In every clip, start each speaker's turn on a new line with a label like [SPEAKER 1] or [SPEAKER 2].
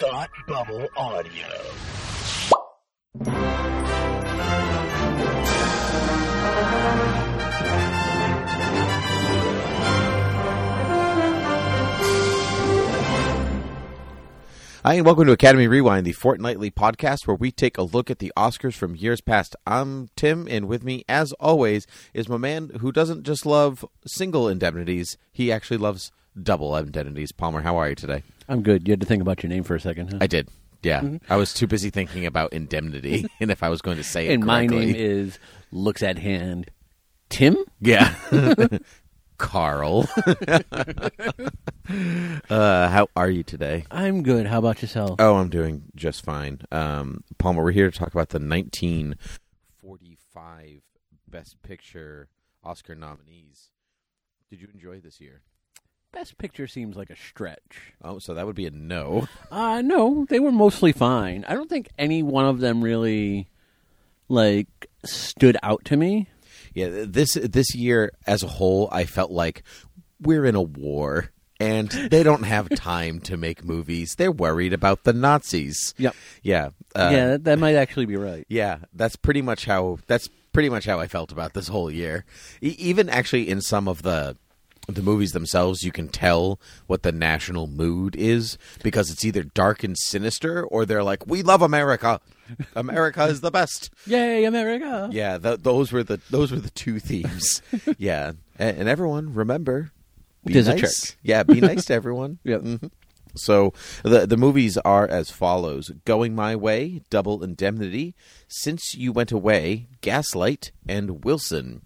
[SPEAKER 1] Thought Bubble Audio.
[SPEAKER 2] Hi, and welcome to Academy Rewind, the fortnightly podcast where we take a look at the Oscars from years past. I'm Tim, and with me, as always, is my man who doesn't just love single indemnities, he actually loves double indemnities. Palmer, how are you today?
[SPEAKER 3] I'm good. You had to think about your name for a second. Huh?
[SPEAKER 2] I did. Yeah.
[SPEAKER 3] Mm-hmm.
[SPEAKER 2] I was too busy thinking about indemnity and if I was going to say it
[SPEAKER 3] and my
[SPEAKER 2] correctly.
[SPEAKER 3] name is looks at hand. Tim.
[SPEAKER 2] Yeah. Carl. uh, how are you today?
[SPEAKER 3] I'm good. How about yourself?
[SPEAKER 2] Oh, I'm doing just fine. Um, Palmer, we're here to talk about the 1945 Best Picture Oscar nominees. Did you enjoy this year?
[SPEAKER 3] Best picture seems like a stretch.
[SPEAKER 2] Oh, so that would be a no.
[SPEAKER 3] Uh no, they were mostly fine. I don't think any one of them really like stood out to me.
[SPEAKER 2] Yeah, th- this this year as a whole, I felt like we're in a war and they don't have time to make movies. They're worried about the Nazis.
[SPEAKER 3] Yep.
[SPEAKER 2] Yeah. Uh,
[SPEAKER 3] yeah, that, that might actually be right.
[SPEAKER 2] Yeah, that's pretty much how that's pretty much how I felt about this whole year. E- even actually in some of the the movies themselves, you can tell what the national mood is because it's either dark and sinister or they're like, "We love America. America is the best."
[SPEAKER 3] Yay, America!
[SPEAKER 2] Yeah, th- those were the those were the two themes. yeah, A- and, everyone remember, be
[SPEAKER 3] There's a
[SPEAKER 2] nice.
[SPEAKER 3] church.
[SPEAKER 2] Yeah, be nice to everyone.
[SPEAKER 3] Yep.
[SPEAKER 2] Mhm. So the the movies are as follows: Going My Way, Double Indemnity, Since You Went Away, Gaslight, and Wilson.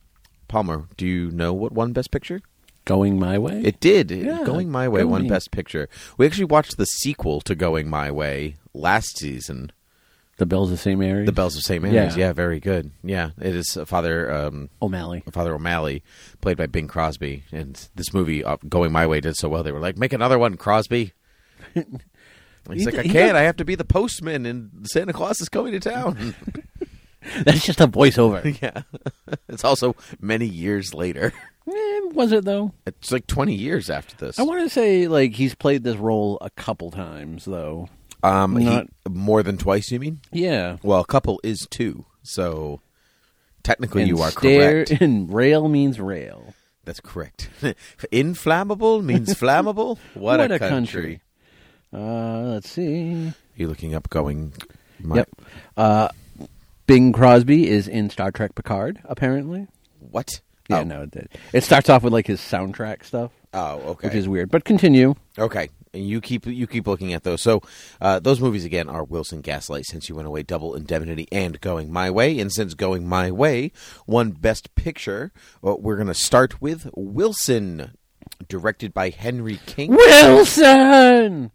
[SPEAKER 2] Palmer, do you know what won Best Picture?
[SPEAKER 3] Going my way.
[SPEAKER 2] It did. It-
[SPEAKER 3] Yeah,
[SPEAKER 2] Going My Way
[SPEAKER 3] go
[SPEAKER 2] won
[SPEAKER 3] me.
[SPEAKER 2] Best Picture. We actually watched the sequel to Going My Way last season.
[SPEAKER 3] the bells the same area.
[SPEAKER 2] The Bells of St. Mary's.
[SPEAKER 3] Yeah.
[SPEAKER 2] Yeah, very good. Yeah, it is uh, Father um,
[SPEAKER 3] O'Malley.
[SPEAKER 2] Father O'Malley, played by Bing Crosby, and this movie uh, Going My Way did so well. They were like, "Make another one, Crosby." He's
[SPEAKER 3] He
[SPEAKER 2] like,
[SPEAKER 3] d-
[SPEAKER 2] "I
[SPEAKER 3] he
[SPEAKER 2] can't.
[SPEAKER 3] does-
[SPEAKER 2] I have to be the postman, and Santa Claus is coming to town."
[SPEAKER 3] That's just a voiceover.
[SPEAKER 2] yeah, it's also many years later.
[SPEAKER 3] Eh, was it though?
[SPEAKER 2] It's like twenty years after this.
[SPEAKER 3] I want to say like he's played this role a couple times though.
[SPEAKER 2] um, he-
[SPEAKER 3] not-
[SPEAKER 2] more than twice. You mean?
[SPEAKER 3] Yeah.
[SPEAKER 2] Well, a couple is two, so technically
[SPEAKER 3] and
[SPEAKER 2] you are
[SPEAKER 3] stare,
[SPEAKER 2] correct.
[SPEAKER 3] And rail means rail.
[SPEAKER 2] That's correct. Inflammable means flammable. What, a, country.
[SPEAKER 3] Uh, let's see.
[SPEAKER 2] You looking up? Going. My,
[SPEAKER 3] Yep. Uh, Bing Crosby is in Star Trek Picard, apparently.
[SPEAKER 2] What?
[SPEAKER 3] Yeah,
[SPEAKER 2] Oh,
[SPEAKER 3] no, it did. It starts off with like his soundtrack stuff,
[SPEAKER 2] Oh, okay.
[SPEAKER 3] which is weird. But continue.
[SPEAKER 2] okay. And you keep you keep looking at those. So uh, those movies again are Wilson, Gaslight, Since You Went Away, Double Indemnity, and Going My Way. And since Going My Way won Best Picture, uh, we're going to start with Wilson, directed by Henry King.
[SPEAKER 3] Wilson.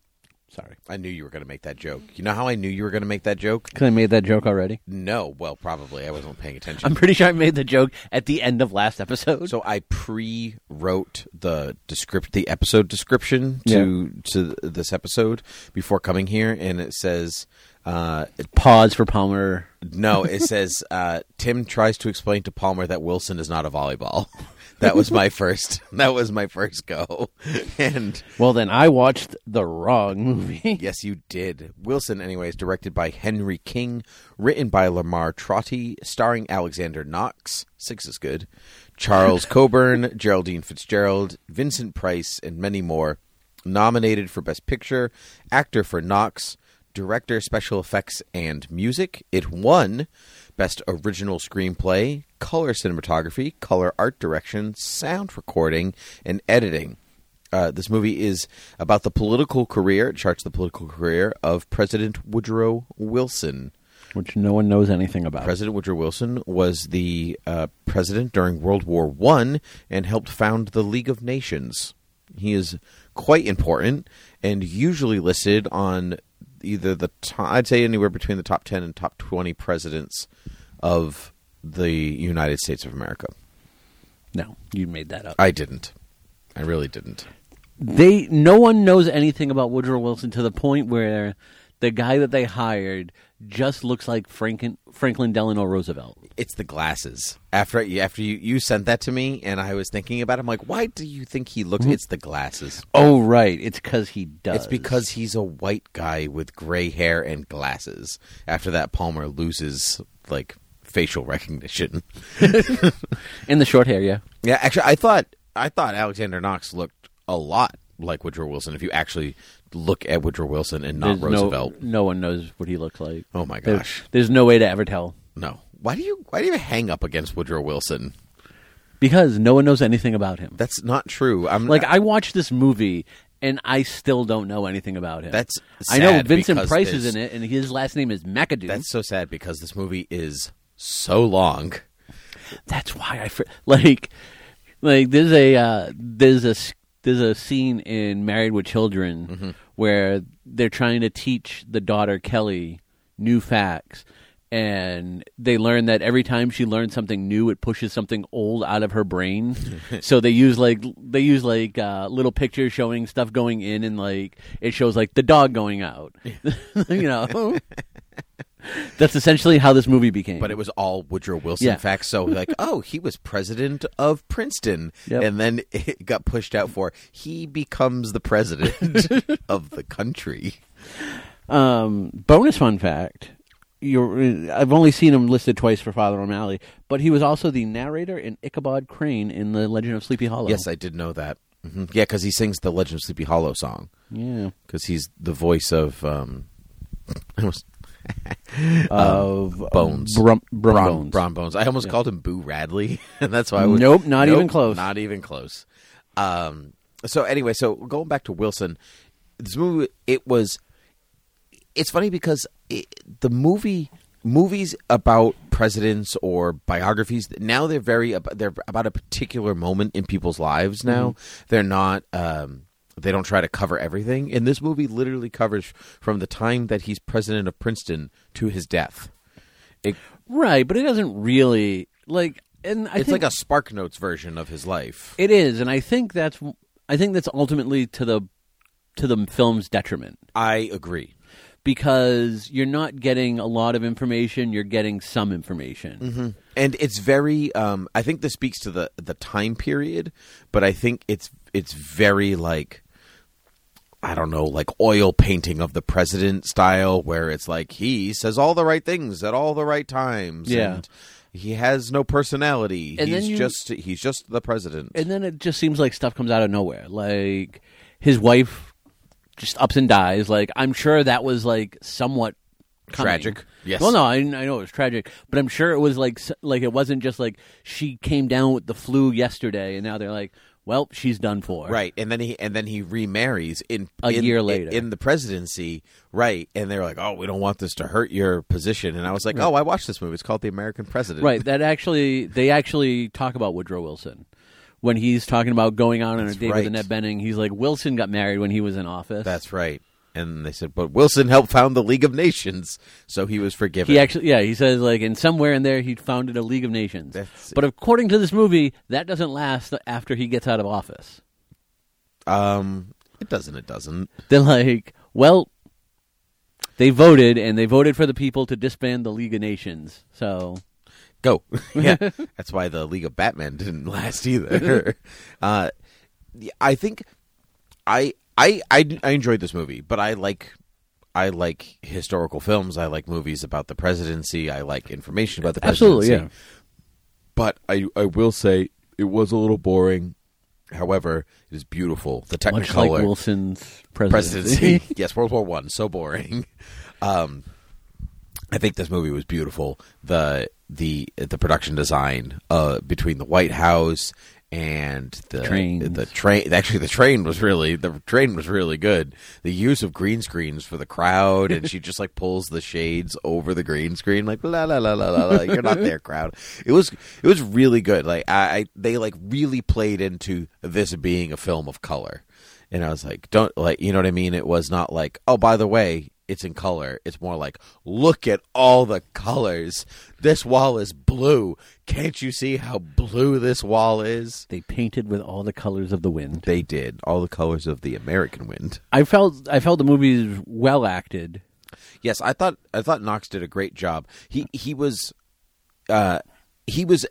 [SPEAKER 3] Sorry,
[SPEAKER 2] I knew you were going to make that joke. You know how I knew you were going to make that joke?
[SPEAKER 3] because I made that joke already.
[SPEAKER 2] No, well, probably I wasn't paying attention.
[SPEAKER 3] I'm pretty sure I made the joke at the end of last episode.
[SPEAKER 2] So I pre-wrote the descript the episode description to to this episode before coming here, and it says. Uh,
[SPEAKER 3] Pause for Palmer.
[SPEAKER 2] no, it says uh, Tim tries to explain to Palmer that Wilson is not a volleyball. That was my first. That was my first go, and
[SPEAKER 3] Well, then I watched the wrong movie.
[SPEAKER 2] Yes, you did. Wilson, anyways, directed by Henry King, written by Lamar Trotty, starring Alexander Knox. Six is good. Charles Coburn, Geraldine Fitzgerald, Vincent Price, and many more. Nominated for Best Picture, actor for Knox, director, special effects, and music. It won Best Original Screenplay, Color Cinematography, Color Art Direction, Sound Recording, and Editing. Uh, this movie is about the political career. It charts the political career of President Woodrow Wilson.
[SPEAKER 3] which no one knows anything about.
[SPEAKER 2] President Woodrow Wilson was the uh, president during World War One and helped found the League of Nations. He is quite important and usually listed on either the to- I'd say anywhere between the top ten and top twenty presidents of the United States of America.
[SPEAKER 3] no, you made that up.
[SPEAKER 2] I didn't. I really didn't.
[SPEAKER 3] they no one knows anything about Woodrow Wilson to the point where the guy that they hired just looks like Franklin Franklin Delano Roosevelt.
[SPEAKER 2] It's the glasses. After after you, you sent that to me, and I was thinking about, it, I'm like, why do you think he looks? It's the glasses.
[SPEAKER 3] Oh, right. It's because he does.
[SPEAKER 2] It's because he's a white guy with gray hair and glasses. After that, Palmer loses like facial recognition.
[SPEAKER 3] in the short hair, yeah.
[SPEAKER 2] Yeah, actually, I thought I thought Alexander Knox looked a lot like Woodrow Wilson. If you actually look at Woodrow Wilson and not
[SPEAKER 3] There's
[SPEAKER 2] Roosevelt,
[SPEAKER 3] No, no one knows what he looks like.
[SPEAKER 2] oh my
[SPEAKER 3] There-
[SPEAKER 2] gosh,
[SPEAKER 3] there's no way to ever tell
[SPEAKER 2] no. Why do you why do you hang up against Woodrow Wilson?
[SPEAKER 3] because no one knows anything about him.
[SPEAKER 2] That's not true. I'm
[SPEAKER 3] Like I watched this movie and I still don't know anything about him.
[SPEAKER 2] That's
[SPEAKER 3] I know
[SPEAKER 2] sad
[SPEAKER 3] Vincent
[SPEAKER 2] because
[SPEAKER 3] Price is
[SPEAKER 2] there's-
[SPEAKER 3] in it and his last name is McAdoo.
[SPEAKER 2] That's so sad because this movie is so long.
[SPEAKER 3] That's why I fr- like like there's a uh, there's a s- there's a scene in Married with Children where they're trying to teach the daughter Kelly new facts and they learn that every time she learns something new it pushes something old out of her brain so they use like they use like uh, little pictures showing stuff going in and like it shows like the dog going out you know that's essentially how this movie became
[SPEAKER 2] But it was all Woodrow Wilson
[SPEAKER 3] Yeah.
[SPEAKER 2] facts. So like, oh, he was president of Princeton,
[SPEAKER 3] Yep.
[SPEAKER 2] and then it got pushed out for he becomes the president of the country.
[SPEAKER 3] Um, bonus fun fact: You're, I've only seen him listed twice for Father O'Malley, but he was also the narrator in Ichabod Crane in the Legend of Sleepy Hollow.
[SPEAKER 2] Yes, I did know that. hmm Yeah, because he sings the Legend of Sleepy Hollow song
[SPEAKER 3] yeah,
[SPEAKER 2] because he's the voice of um, I almost,
[SPEAKER 3] of
[SPEAKER 2] Um, Bones.
[SPEAKER 3] Brum, Brum
[SPEAKER 2] Bron,
[SPEAKER 3] Bones.
[SPEAKER 2] Bron Bones. I almost called him Boo Radley, and that's why I was
[SPEAKER 3] Nope, not even close.
[SPEAKER 2] Not even close. Um, so anyway, so going back to Wilson, this movie it was. It's funny because it, the movie movies about presidents or biographies now they're very ab- they're about a particular moment in people's lives now.
[SPEAKER 3] Mm-hmm.
[SPEAKER 2] They're not. Um, they don't try to cover everything, and this movie literally covers from the time that he's president of Princeton to his death. It
[SPEAKER 3] Right, but it doesn't really like. And I
[SPEAKER 2] it's
[SPEAKER 3] think
[SPEAKER 2] like a Spark Notes version of his life.
[SPEAKER 3] it is, and I think that's I think that's ultimately to the to the film's detriment
[SPEAKER 2] I agree.
[SPEAKER 3] because you're not getting a lot of information. You're getting some information.
[SPEAKER 2] Mm-hmm. And it's very um I think this speaks to the the time period, but I think it's it's very like I don't know, like oil painting of the president style where it's like he says all the right things at all the right times
[SPEAKER 3] Yeah.
[SPEAKER 2] and he has no personality.
[SPEAKER 3] And then
[SPEAKER 2] he's
[SPEAKER 3] you-
[SPEAKER 2] just he's just the president.
[SPEAKER 3] and then it just seems like stuff comes out of nowhere. Like his wife just ups and dies. Like I'm sure that was like somewhat coming.
[SPEAKER 2] Tragic. Yes.
[SPEAKER 3] Well, no, I, I know it was tragic, but I'm sure it was like s- like it wasn't just like she came down with the flu yesterday, and now they're like, well, she's done for.
[SPEAKER 2] Right, and then he and then he remarries in
[SPEAKER 3] A
[SPEAKER 2] in-
[SPEAKER 3] year later.
[SPEAKER 2] in the presidency. Right, and they're like, "Oh, we don't want this to hurt your position." And I was like, "Oh, I watched this movie. It's called The American President."
[SPEAKER 3] Right. That actually, they actually talk about Woodrow Wilson when he's talking about going out on a date
[SPEAKER 2] right.
[SPEAKER 3] with Annette Benning. He's like, Wilson got married when he was in office.
[SPEAKER 2] that's right. And they said, "But Wilson helped found the League of Nations, so he was forgiven."
[SPEAKER 3] He actually, yeah, he says like, and somewhere in there, he founded a League of Nations.
[SPEAKER 2] That's-
[SPEAKER 3] but according to this movie, that doesn't last after he gets out of office.
[SPEAKER 2] um, it doesn't. It doesn't.
[SPEAKER 3] They're like, well, they voted and they voted for the people to disband the League of Nations. So
[SPEAKER 2] Go. yeah, that's why the League of Batman didn't last either. uh, yeah, I think I, I I I enjoyed this movie, but I like I like historical films. I like movies about the presidency. I like information about the presidency.
[SPEAKER 3] Absolutely, yeah.
[SPEAKER 2] But I I will say it was a little boring. However, it is beautiful. The technicolor
[SPEAKER 3] much like Wilson's presidency,
[SPEAKER 2] presidency. yes, World War One. So boring. Um, I think this movie was beautiful. the the The production design uh, between the White House and the
[SPEAKER 3] Trains.
[SPEAKER 2] the train. Actually, the train was really the train was really good. The use of green screens for the crowd, and she just like pulls the shades over the green screen, like la la la la la. la you're not there, crowd. It was it was really good. Like I, I they like really played into this being a film of color and I was like, "Don't like, you know what I mean?" It was not like, "Oh, by the way, it's in color." It's more like, "Look at all the colors. This wall is blue. Can't you see how blue this wall is?"
[SPEAKER 3] they painted with all the colors of the wind.
[SPEAKER 2] They did all the colors of the American wind.
[SPEAKER 3] I felt I felt the movie is well acted.
[SPEAKER 2] Yes, I thought I thought Knox did a great job. He he was, uh, he was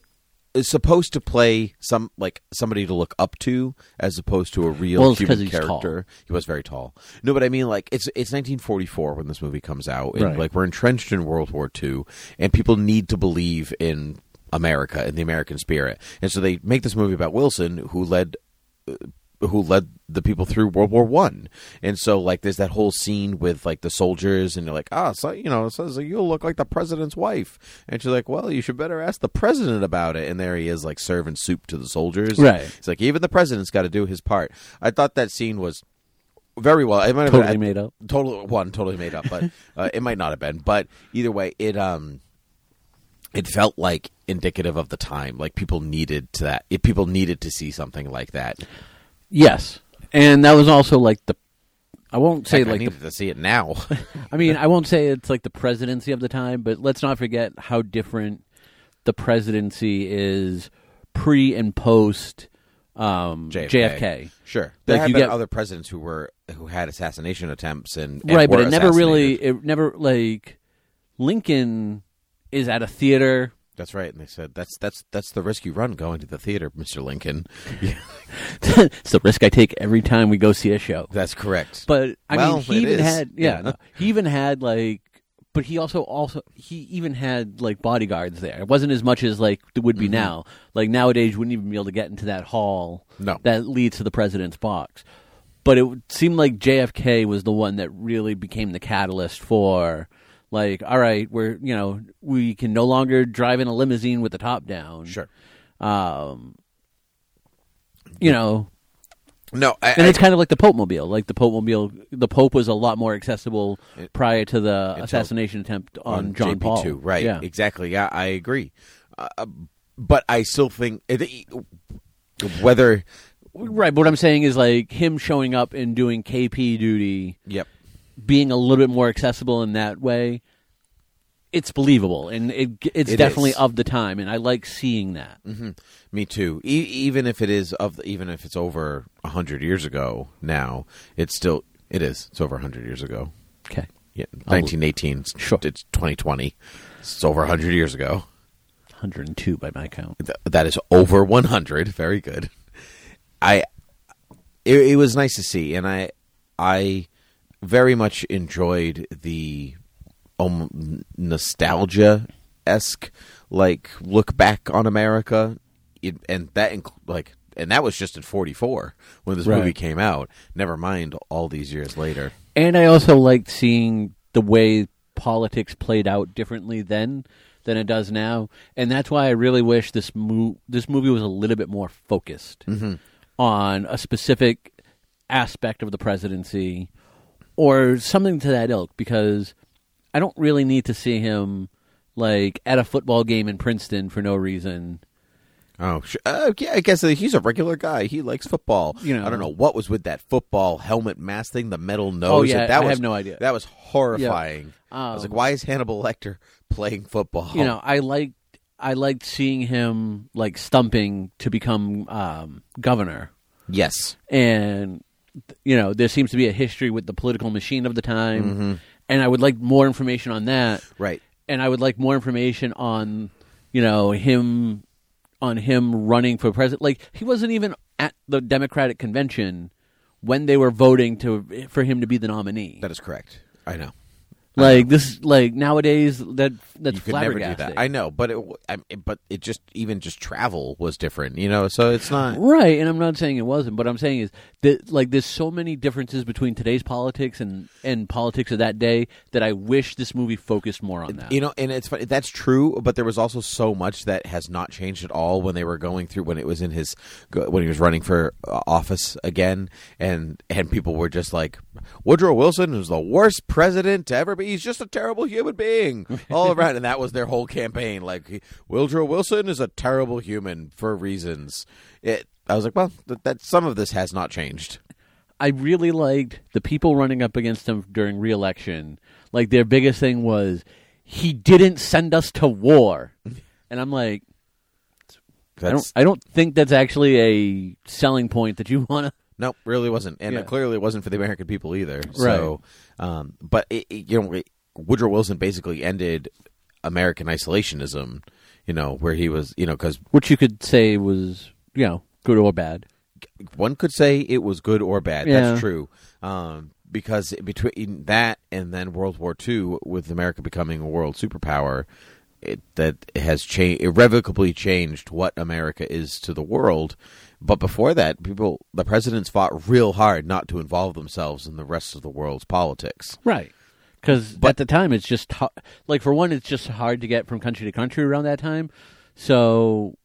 [SPEAKER 2] supposed to play some like somebody to look up to as opposed to a real
[SPEAKER 3] Well, it's 'cause
[SPEAKER 2] human
[SPEAKER 3] he's tall.
[SPEAKER 2] character. He was very tall. No, but I mean like it's it's 1944 when this movie comes out and
[SPEAKER 3] Right.
[SPEAKER 2] like we're entrenched in World War II and people need to believe in America and the American spirit. And so they make this movie about Wilson who led who led the people through World War One. And so like there's that whole scene with like the soldiers and you're like, ah, so you know, it says like, you look like the president's wife. And she's like, Well, you should better ask the president about it and there he is like serving soup to the soldiers.
[SPEAKER 3] Right.
[SPEAKER 2] It's like even the president's gotta do his part. I thought that scene was very well. It might have
[SPEAKER 3] Totally
[SPEAKER 2] been,
[SPEAKER 3] made up.
[SPEAKER 2] Total one, totally made up, but uh, it might not have been. But either way, it um, it felt like indicative of the time. Like people needed to that. If people needed to see something like that,
[SPEAKER 3] Yes, and that was also like the. I won't say
[SPEAKER 2] Heck, I
[SPEAKER 3] like the
[SPEAKER 2] needed to see it now.
[SPEAKER 3] I mean, I won't say it's like the presidency of the time, but let's not forget how different the presidency is pre and post um, JFK.
[SPEAKER 2] Sure, there
[SPEAKER 3] Like,
[SPEAKER 2] have
[SPEAKER 3] you
[SPEAKER 2] been
[SPEAKER 3] get-
[SPEAKER 2] other presidents who were who had assassination attempts and, and
[SPEAKER 3] Right, but
[SPEAKER 2] were
[SPEAKER 3] it never really,
[SPEAKER 2] assassinated.
[SPEAKER 3] it never like Lincoln is at a theater.
[SPEAKER 2] That's right, and they said that's that's that's the risk you run going to the theater, Mister Lincoln.
[SPEAKER 3] it's the risk I take every time we go see a show.
[SPEAKER 2] That's correct.
[SPEAKER 3] But I
[SPEAKER 2] Well,
[SPEAKER 3] mean, he
[SPEAKER 2] it
[SPEAKER 3] even
[SPEAKER 2] is.
[SPEAKER 3] had yeah,
[SPEAKER 2] Yeah.
[SPEAKER 3] no, he even had like, but he also also he even had like bodyguards there. It wasn't as much as like it would
[SPEAKER 2] Mm-hmm.
[SPEAKER 3] be now. Like nowadays, you wouldn't even be able to get into that hall
[SPEAKER 2] No.
[SPEAKER 3] that leads to the president's box. But it would- seemed like JFK was the one that really became the catalyst for. Like, all right, we're you know we can no longer drive in a limousine with the top down.
[SPEAKER 2] sure,
[SPEAKER 3] um, you know,
[SPEAKER 2] no, I,
[SPEAKER 3] and
[SPEAKER 2] I-
[SPEAKER 3] it's kind of like the Pope Mobile. Like the Pope Mobile, the Pope was a lot more accessible prior to the
[SPEAKER 2] Until-
[SPEAKER 3] assassination attempt on, John
[SPEAKER 2] JP2,
[SPEAKER 3] Paul.
[SPEAKER 2] Right.
[SPEAKER 3] Yeah.
[SPEAKER 2] Exactly. Yeah, I agree. Uh, but I still think it- whether.
[SPEAKER 3] Right. But what I'm saying is like him showing up and doing KP duty,
[SPEAKER 2] Yep.
[SPEAKER 3] being a little bit more accessible in that way. It's believable, and it, it's
[SPEAKER 2] It
[SPEAKER 3] definitely
[SPEAKER 2] is. Mm-hmm.
[SPEAKER 3] of the time, and I like seeing that.
[SPEAKER 2] Me too. E- even if it is of, even if it's over a hundred years ago now, it's still it is. It's over a hundred years ago.
[SPEAKER 3] Okay,
[SPEAKER 2] Yeah, 1918. It's-
[SPEAKER 3] Sure.
[SPEAKER 2] It's 2020. It's over a hundred years ago.
[SPEAKER 3] 102 by my count.
[SPEAKER 2] Th- that is over 100 very good i it, it was nice to see and i i very much enjoyed the um, nostalgia esque like look back on america it, and that inc- like and that was just in 44 when this
[SPEAKER 3] Right.
[SPEAKER 2] movie came out never mind all these years later
[SPEAKER 3] And I also liked seeing the way politics played out differently then than it does now, and that's why I really wish this mo- this movie was a little bit more focused on a specific aspect of the presidency or something to that ilk because I don't really need to see him like at a football game in Princeton for no reason.
[SPEAKER 2] Oh, sh- uh, yeah. I guess he's a regular guy. He likes football.
[SPEAKER 3] You know. Oh,
[SPEAKER 2] I don't know what was with that football helmet mask thing, the metal nose.
[SPEAKER 3] yeah,
[SPEAKER 2] that
[SPEAKER 3] I
[SPEAKER 2] was,
[SPEAKER 3] have no idea.
[SPEAKER 2] That was horrifying.
[SPEAKER 3] Yeah.
[SPEAKER 2] I was
[SPEAKER 3] Um,
[SPEAKER 2] like, why is Hannibal Lecter playing football?
[SPEAKER 3] you know i liked i liked seeing him like stumping to become um, governor
[SPEAKER 2] yes,
[SPEAKER 3] and th- you know there seems to be a history with the political machine of the time
[SPEAKER 2] Mm-hmm.
[SPEAKER 3] and i would like more information on that
[SPEAKER 2] right.
[SPEAKER 3] and i would like more information on you know him on him running for president like he wasn't even at the democratic convention when they were voting to for him to be the nominee
[SPEAKER 2] That is correct. I know.
[SPEAKER 3] like this like nowadays that that's
[SPEAKER 2] You could never do
[SPEAKER 3] flabbergasting.
[SPEAKER 2] that. I know, but it, w- I, but it just even just travel was different. You know, so it's not.
[SPEAKER 3] Right, and I'm not saying it wasn't, but I'm saying is that like there's so many differences between today's politics and and politics of that day that I wish this movie focused more on that.
[SPEAKER 2] You know, and it's funny. That's true, but there was also so much that has not changed at all when they were going through when it was in his go- when he was running for uh, office again, and and people were just like, Woodrow Wilson is the worst president to ever be. He's just a terrible human being all around, and that was their whole campaign. Like he- Woodrow Wilson is a terrible human for reasons. It. I was like, well, that, that some of this has not changed.
[SPEAKER 3] I really liked the people running up against him during re-election. Like their biggest thing was he didn't send us to war, and I'm like, I don't,
[SPEAKER 2] That's
[SPEAKER 3] I don't think that's actually a selling point that you want to.
[SPEAKER 2] Nope, really wasn't, and
[SPEAKER 3] Yeah.
[SPEAKER 2] it clearly wasn't for the American people either. So, um, but it, it- you know, it- Woodrow Wilson basically ended American isolationism, you know, where he was, you know, because
[SPEAKER 3] which you could say was you know good or bad.
[SPEAKER 2] one could say it was good or bad.
[SPEAKER 3] Yeah.
[SPEAKER 2] That's true. Um, because between that and then World War II, with America becoming a world superpower, it, that has changed irrevocably changed what America is to the world. But before that, people, the presidents fought real hard not to involve themselves in the rest of the world's politics.
[SPEAKER 3] Right. Because
[SPEAKER 2] But-
[SPEAKER 3] at the time, it's just hu- like for one, it's just hard to get from country to country around that time. So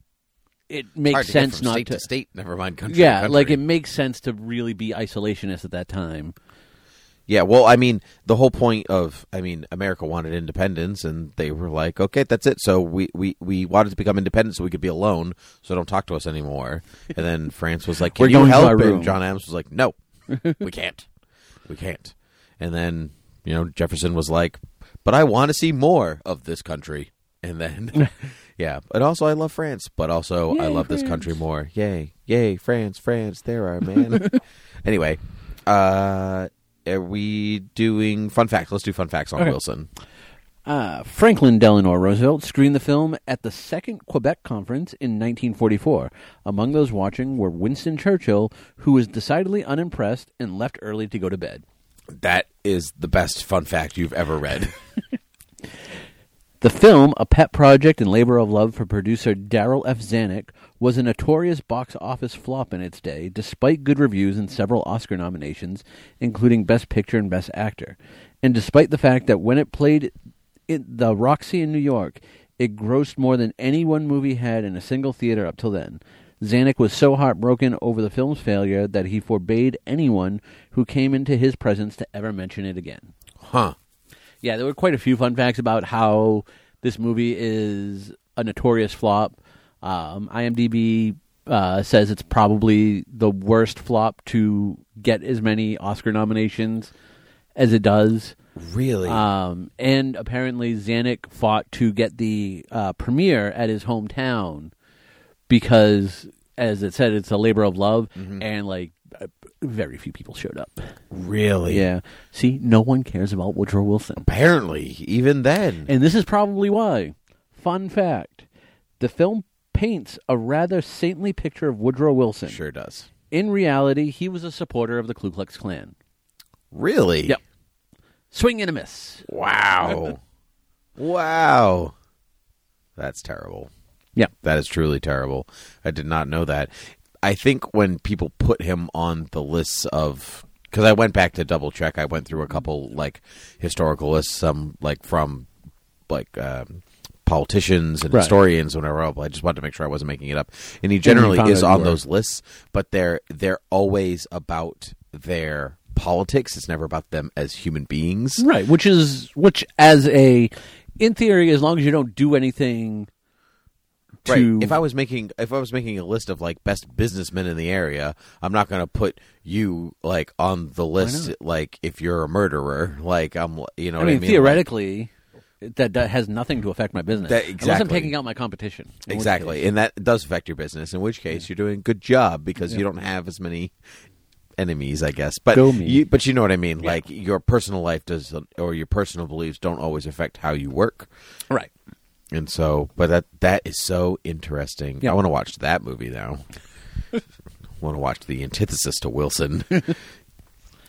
[SPEAKER 3] it makes
[SPEAKER 2] Hard to get
[SPEAKER 3] sense
[SPEAKER 2] from
[SPEAKER 3] not
[SPEAKER 2] state to, state, never mind country. to
[SPEAKER 3] yeah, like
[SPEAKER 2] country.
[SPEAKER 3] it makes sense to really be isolationist at that time.
[SPEAKER 2] Yeah, well, I mean, the whole point of, I mean, America wanted independence, and they were like, okay, that's it. So we, we, we wanted to become independent so we could be alone, so don't talk to us anymore. And then France was like, can
[SPEAKER 3] We're
[SPEAKER 2] you
[SPEAKER 3] going to
[SPEAKER 2] help?
[SPEAKER 3] our room.
[SPEAKER 2] And John Adams was like, no, we can't. We can't. And then, you know, Jefferson was like, but I want to see more of this country. And then, yeah. And also, I love France, but also, I
[SPEAKER 3] Yay,
[SPEAKER 2] love this
[SPEAKER 3] France.
[SPEAKER 2] country more. Yay, yay, France, France, there are, man. anyway, uh, are we doing fun facts? Let's do fun facts on
[SPEAKER 3] Okay.
[SPEAKER 2] Wilson.
[SPEAKER 3] Uh, Franklin Delano Roosevelt screened the film at the Second Quebec Conference in 1944. Among those watching were Winston Churchill, who was decidedly unimpressed and left early to go to bed.
[SPEAKER 2] That is the best fun fact you've ever read.
[SPEAKER 3] The film, a pet project and labor of love for producer Daryl F. Zanuck, was a notorious box office flop in its day, despite good reviews and several Oscar nominations, including Best Picture and Best Actor. And despite the fact that when it played at the Roxy in New York, it grossed more than any one movie had in a single theater up till then. Zanuck was so heartbroken over the film's failure that he forbade anyone who came into his presence to ever mention it again.
[SPEAKER 2] huh.
[SPEAKER 3] Yeah, there were quite a few fun facts about how this movie is a notorious flop. Um, IMDb uh, says it's probably the worst flop to get as many Oscar nominations as it does.
[SPEAKER 2] Really?
[SPEAKER 3] Um, and apparently, Zanuck fought to get the uh, premiere at his hometown because, as it said, it's a labor of love, and like uh, very few people showed up.
[SPEAKER 2] really?
[SPEAKER 3] Yeah. See, no one cares about Woodrow Wilson.
[SPEAKER 2] Apparently, even then.
[SPEAKER 3] And this is probably why. Fun fact the film paints a rather saintly picture of Woodrow Wilson.
[SPEAKER 2] sure does.
[SPEAKER 3] In reality, he was a supporter of the Ku Klux Klan.
[SPEAKER 2] Really?
[SPEAKER 3] Yep. Swing and a miss.
[SPEAKER 2] Wow. wow. That's terrible.
[SPEAKER 3] Yeah.
[SPEAKER 2] That is truly terrible. I did not know that. I think when people put him on the lists of because I went back to double check, I went through a couple like historical lists, some like from like um, politicians and
[SPEAKER 3] Right.
[SPEAKER 2] historians whenever else. I just wanted to make sure I wasn't making it up. And he generally
[SPEAKER 3] found
[SPEAKER 2] is
[SPEAKER 3] out you
[SPEAKER 2] on
[SPEAKER 3] were.
[SPEAKER 2] those lists, but they're they're always about their politics. It's never about them as human beings.
[SPEAKER 3] Right, which is which as a in theory as long as you don't do anything to
[SPEAKER 2] If I was making if I was making a list of like best businessmen in the area, I'm not going to put you like on the list like if you're a murderer. Like I'm you know
[SPEAKER 3] I
[SPEAKER 2] what
[SPEAKER 3] mean
[SPEAKER 2] I mean
[SPEAKER 3] theoretically that, that has nothing to affect my business.
[SPEAKER 2] That-
[SPEAKER 3] Unless I'm
[SPEAKER 2] exactly.
[SPEAKER 3] taking out my competition. in
[SPEAKER 2] Like,
[SPEAKER 3] which
[SPEAKER 2] exactly.
[SPEAKER 3] case-
[SPEAKER 2] And that does affect your business in which case you're doing a good job because you don't have as many enemies, I guess. But
[SPEAKER 3] Go me.
[SPEAKER 2] you but you know what I mean? Like your personal life does or your personal beliefs don't always affect how you work.
[SPEAKER 3] Right.
[SPEAKER 2] And so, but that that is so interesting.
[SPEAKER 3] Yeah.
[SPEAKER 2] I want to watch that movie now. want to watch the antithesis to Wilson.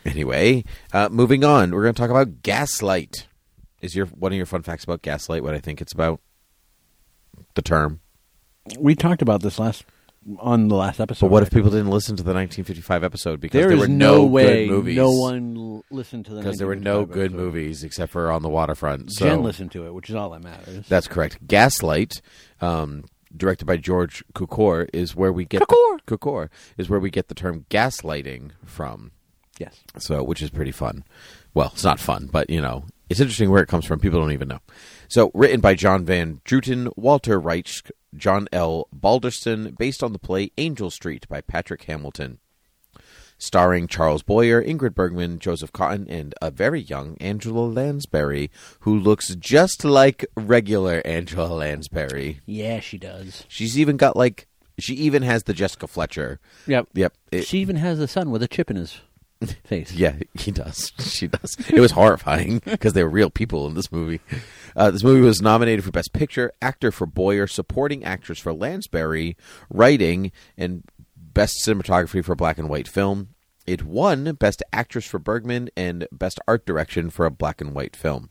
[SPEAKER 2] anyway, uh, moving on, we're going to talk about gaslight. Is your one of your fun facts about gaslight? What I think it's about the term.
[SPEAKER 3] We talked about this last on the last episode.
[SPEAKER 2] But what
[SPEAKER 3] right?
[SPEAKER 2] if people didn't listen to the 1955 episode because
[SPEAKER 3] There
[SPEAKER 2] there
[SPEAKER 3] is
[SPEAKER 2] were
[SPEAKER 3] no,
[SPEAKER 2] no,
[SPEAKER 3] way
[SPEAKER 2] good movies?
[SPEAKER 3] no one l- listened to the
[SPEAKER 2] because there were no
[SPEAKER 3] 1955
[SPEAKER 2] good
[SPEAKER 3] episode.
[SPEAKER 2] movies except for on the waterfront. So
[SPEAKER 3] Jen listened to it, which is all that matters.
[SPEAKER 2] That's correct. Gaslight, um, directed by George Cukor, is where we get The, Cukor is where we get the term gaslighting from.
[SPEAKER 3] yes,
[SPEAKER 2] So, which is pretty fun. Well, it's not fun, but you know, it's interesting where it comes from. People don't even know. So, written by John Van Druten, Walter Reich, John L. Balderston, based on the play Angel Street by Patrick Hamilton. Starring Charles Boyer, Ingrid Bergman, Joseph Cotton, and a very young Angela Lansbury, who looks just like regular Angela Lansbury.
[SPEAKER 3] yeah, she does.
[SPEAKER 2] She's even got like she even has the Jessica Fletcher.
[SPEAKER 3] Yep,
[SPEAKER 2] Yep. It-
[SPEAKER 3] she even has a son with a chip in his face.
[SPEAKER 2] Yeah, he does. She does. It was horrifying because they were real people in this movie. Uh, this movie was nominated for Best Picture, Actor for Boyer, Supporting Actress for Lansbury, Writing, and Best Cinematography for Black and White Film. It won Best Actress for Bergman and Best Art Direction for a Black and White Film.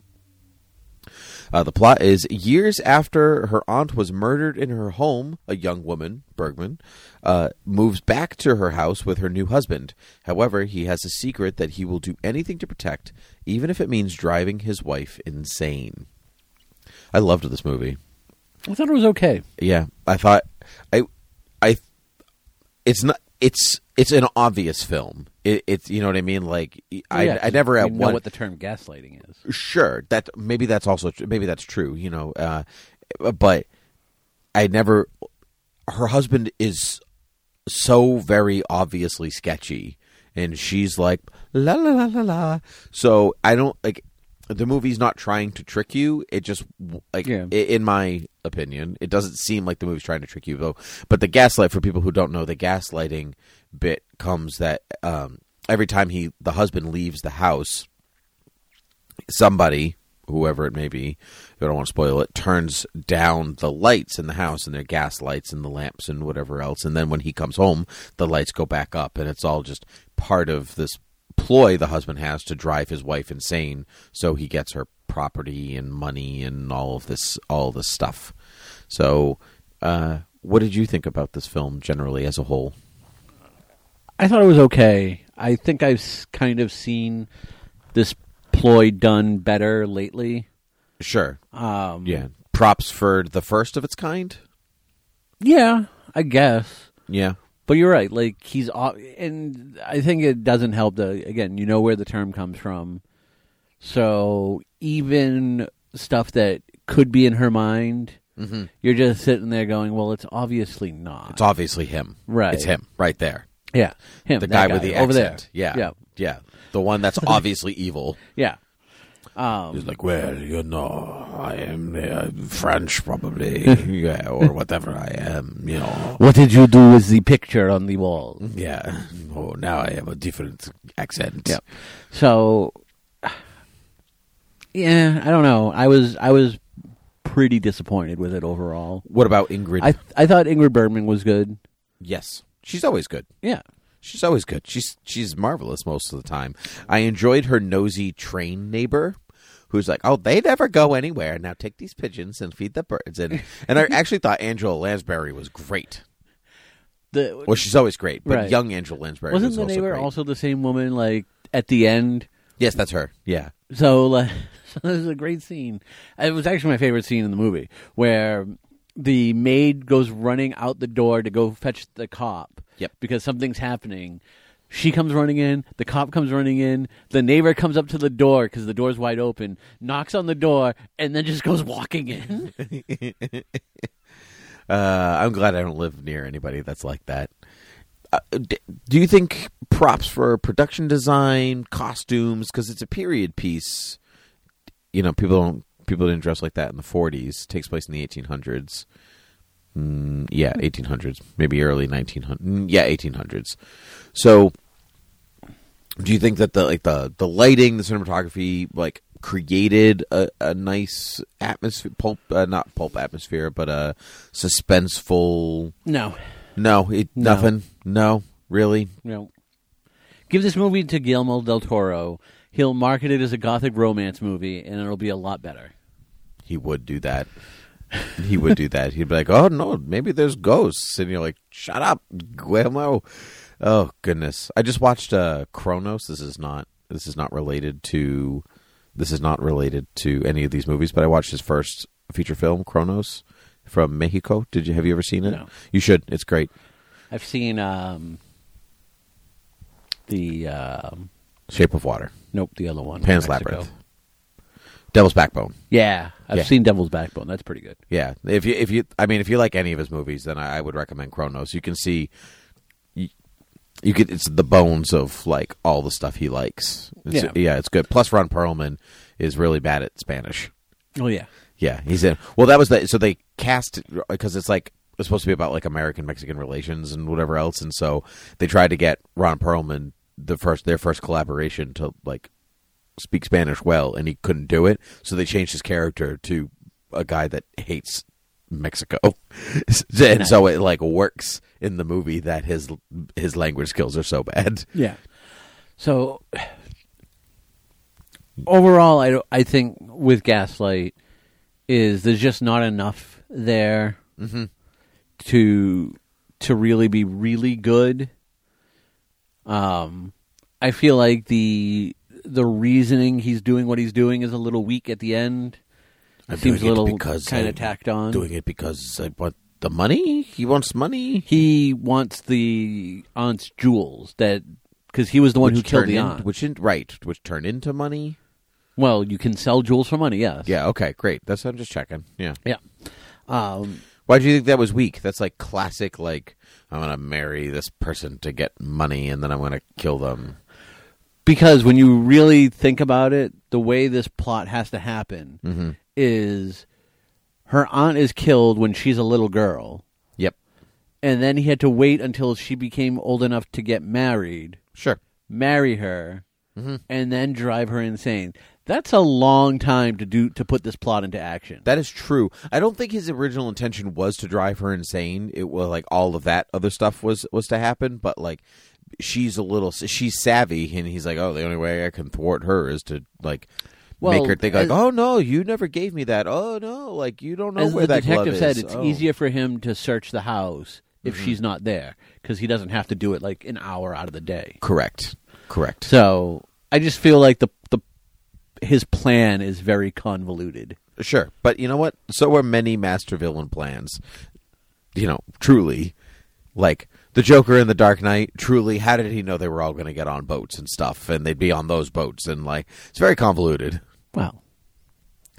[SPEAKER 2] Uh, the plot is years after her aunt was murdered in her home, a young woman, Bergman, uh, moves back to her house with her new husband. However, he has a secret that he will do anything to protect, even if it means driving his wife insane. I loved this movie.
[SPEAKER 3] I thought it was okay.
[SPEAKER 2] Yeah, I thought I, I, it's not. It's it's an obvious film. It, it's you know what I mean. Like I,
[SPEAKER 3] Yeah,
[SPEAKER 2] I never
[SPEAKER 3] you
[SPEAKER 2] at
[SPEAKER 3] know
[SPEAKER 2] one
[SPEAKER 3] what the term gaslighting is.
[SPEAKER 2] sure that maybe that's also tr- maybe that's true you know uh but i never her husband is so very obviously sketchy and she's like la la la la la so i don't like the movie's not trying to trick you it just like
[SPEAKER 3] Yeah.
[SPEAKER 2] i- in my opinion it doesn't seem like the movie's trying to trick you though but the gaslight for people who don't know the gaslighting bit comes that um every time he the husband leaves the house somebody, whoever it may be, I don't want to spoil it, turns down the lights in the house and their gas lights and the lamps and whatever else. And then when he comes home, the lights go back up, and it's all just part of this ploy the husband has to drive his wife insane so he gets her property and money and all of this all this stuff. So, uh, what did you think about this film generally as a whole?
[SPEAKER 3] I thought it was okay. I think I've s- kind of seen this ploy done better lately.
[SPEAKER 2] Sure.
[SPEAKER 3] Um,
[SPEAKER 2] Yeah. Props for the first of its kind?
[SPEAKER 3] yeah, I guess.
[SPEAKER 2] Yeah.
[SPEAKER 3] But you're right. Like he's, au- and I think it doesn't help. The again, you know where the term comes from. So even stuff that could be in her mind, you're just sitting there going, "Well, it's obviously not."
[SPEAKER 2] Mm-hmm. It's obviously him.
[SPEAKER 3] Right.
[SPEAKER 2] It's him right there.
[SPEAKER 3] yeah, him,
[SPEAKER 2] The
[SPEAKER 3] that
[SPEAKER 2] guy, with the
[SPEAKER 3] over
[SPEAKER 2] accent.
[SPEAKER 3] there.
[SPEAKER 2] Yeah. Yeah. The one that's obviously evil.
[SPEAKER 3] yeah, yeah. Um,
[SPEAKER 2] He's like, well, you know, I am uh, French, probably, yeah, or whatever I am, you know.
[SPEAKER 3] what did you do with the picture on the wall?
[SPEAKER 2] Yeah. Oh, now I have a different accent.
[SPEAKER 3] Yeah. So yeah, I don't know. I was I was pretty disappointed with it overall.
[SPEAKER 2] What about Ingrid?
[SPEAKER 3] I I thought Ingrid Bergman was good.
[SPEAKER 2] yes, she's always good.
[SPEAKER 3] Yeah.
[SPEAKER 2] She's always good. She's she's marvelous most of the time. I enjoyed her nosy train neighbor, who's like, "Oh, they never go anywhere. Now take these pigeons and feed the birds." And and I actually thought Angela Lansbury was great.
[SPEAKER 3] The
[SPEAKER 2] Well, she's always great, but
[SPEAKER 3] Right.
[SPEAKER 2] young Angela Lansbury
[SPEAKER 3] wasn't
[SPEAKER 2] was
[SPEAKER 3] the
[SPEAKER 2] also
[SPEAKER 3] neighbor
[SPEAKER 2] great.
[SPEAKER 3] also the same woman like at the end?
[SPEAKER 2] Yes, that's her. Yeah,
[SPEAKER 3] So like so this is a great scene. It was actually my favorite scene in the movie where the maid goes running out the door to go fetch the cop.
[SPEAKER 2] Yep.
[SPEAKER 3] Because something's happening. She comes running in, the cop comes running in, the neighbor comes up to the door because the door's wide open, knocks on the door, and then just goes walking in.
[SPEAKER 2] uh, I'm glad I don't live near anybody that's like that. Uh, d- do you think props for production design, costumes, because it's a period piece? You know, people don't people didn't dress like that in the 40s. It takes place in the 1800s. Mm, yeah, 1800s, maybe early 1900s. Mm, Yeah, 1800s. So, do you think that the like the the lighting, the cinematography, like created a, a nice atmosphere, pulp uh, not pulp atmosphere, but a suspenseful?
[SPEAKER 3] No.
[SPEAKER 2] No, it,
[SPEAKER 3] No.
[SPEAKER 2] nothing. No, really.
[SPEAKER 3] No. Give this movie to Guillermo del Toro. He'll market it as a gothic romance movie and it'll be a lot better.
[SPEAKER 2] He would do that. He would do that. He'd be like, "Oh no, maybe there's ghosts," and you're like, "Shut up, Guillermo." Oh goodness, I just watched uh, Kronos. This is not. This is not related to. This is not related to any of these movies. But I watched his first feature film, Kronos, from Mexico. Did you have you ever seen it?
[SPEAKER 3] No.
[SPEAKER 2] You should. It's great.
[SPEAKER 3] I've seen um, the um,
[SPEAKER 2] Shape of Water,
[SPEAKER 3] nope, the other one,
[SPEAKER 2] Pan's
[SPEAKER 3] Mexico.
[SPEAKER 2] Labyrinth, Devil's Backbone.
[SPEAKER 3] Yeah, I've
[SPEAKER 2] Yeah.
[SPEAKER 3] seen Devil's Backbone. That's pretty good.
[SPEAKER 2] Yeah, if you if you I mean if you like any of his movies, then I, I would recommend Kronos. You can see, you, you get it's the bones of like all the stuff he likes. It's,
[SPEAKER 3] Yeah.
[SPEAKER 2] it's good. Plus Ron Perlman is really bad at Spanish.
[SPEAKER 3] Oh yeah,
[SPEAKER 2] Yeah, he's in. Well, that was the so they cast because it's like it's supposed to be about like American Mexican relations and whatever else, and so they tried to get Ron Perlman the first their first collaboration to like speak Spanish well, and he couldn't do it, so they changed his character to a guy that hates Mexico, and so it like works in the movie that his his language skills are so bad.
[SPEAKER 3] Yeah. So overall, I don't- I think with Gaslight is there's just not enough there
[SPEAKER 2] Mm-hmm.
[SPEAKER 3] to to really be really good. Um, I feel like the the reasoning he's doing what he's doing is a little weak at the end.
[SPEAKER 2] I'm
[SPEAKER 3] Seems
[SPEAKER 2] doing
[SPEAKER 3] a little
[SPEAKER 2] it because
[SPEAKER 3] kind
[SPEAKER 2] I'm
[SPEAKER 3] of tacked on.
[SPEAKER 2] Doing it because I want the money. He wants money.
[SPEAKER 3] he wants the aunt's jewels that because he was the one who killed
[SPEAKER 2] turned
[SPEAKER 3] the
[SPEAKER 2] in-
[SPEAKER 3] aunt.
[SPEAKER 2] which in, right, which turned into money.
[SPEAKER 3] well, you can sell jewels for money. Yes.
[SPEAKER 2] Yeah. Okay. Great. That's I'm just checking. Yeah.
[SPEAKER 3] Yeah. Um,
[SPEAKER 2] Why do you think that was weak? That's like classic. Like I'm gonna marry this person to get money, and then I'm gonna kill them.
[SPEAKER 3] because when you really think about it, the way this plot has to happen is her aunt is killed when she's a little girl,
[SPEAKER 2] Yep.
[SPEAKER 3] and then he had to wait until she became old enough to get married,
[SPEAKER 2] Sure.
[SPEAKER 3] marry her, and then drive her insane. That's a long time to do to put this plot into action.
[SPEAKER 2] That is true. I don't think his original intention was to drive her insane. It was like all of that other stuff was was to happen, but like she's a little she's savvy and he's like, "Oh, the only way I can thwart her is to like
[SPEAKER 3] Well,
[SPEAKER 2] make her think like,
[SPEAKER 3] as-
[SPEAKER 2] "Oh no, you never gave me that. Oh no, like you don't know
[SPEAKER 3] As
[SPEAKER 2] where
[SPEAKER 3] the
[SPEAKER 2] that glove
[SPEAKER 3] detective said,
[SPEAKER 2] is.
[SPEAKER 3] it's
[SPEAKER 2] Oh."
[SPEAKER 3] easier for him to search the house if she's not there because he doesn't have to do it like an hour out of the day.
[SPEAKER 2] Correct. Correct.
[SPEAKER 3] So I just feel like the the his plan is very convoluted.
[SPEAKER 2] Sure, but you know what? So are many master villain plans. You know, truly, like the Joker in the Dark Knight. Truly, how did he know they were all going to get on boats and stuff, and they'd be on those boats? And like, it's very convoluted.
[SPEAKER 3] Well,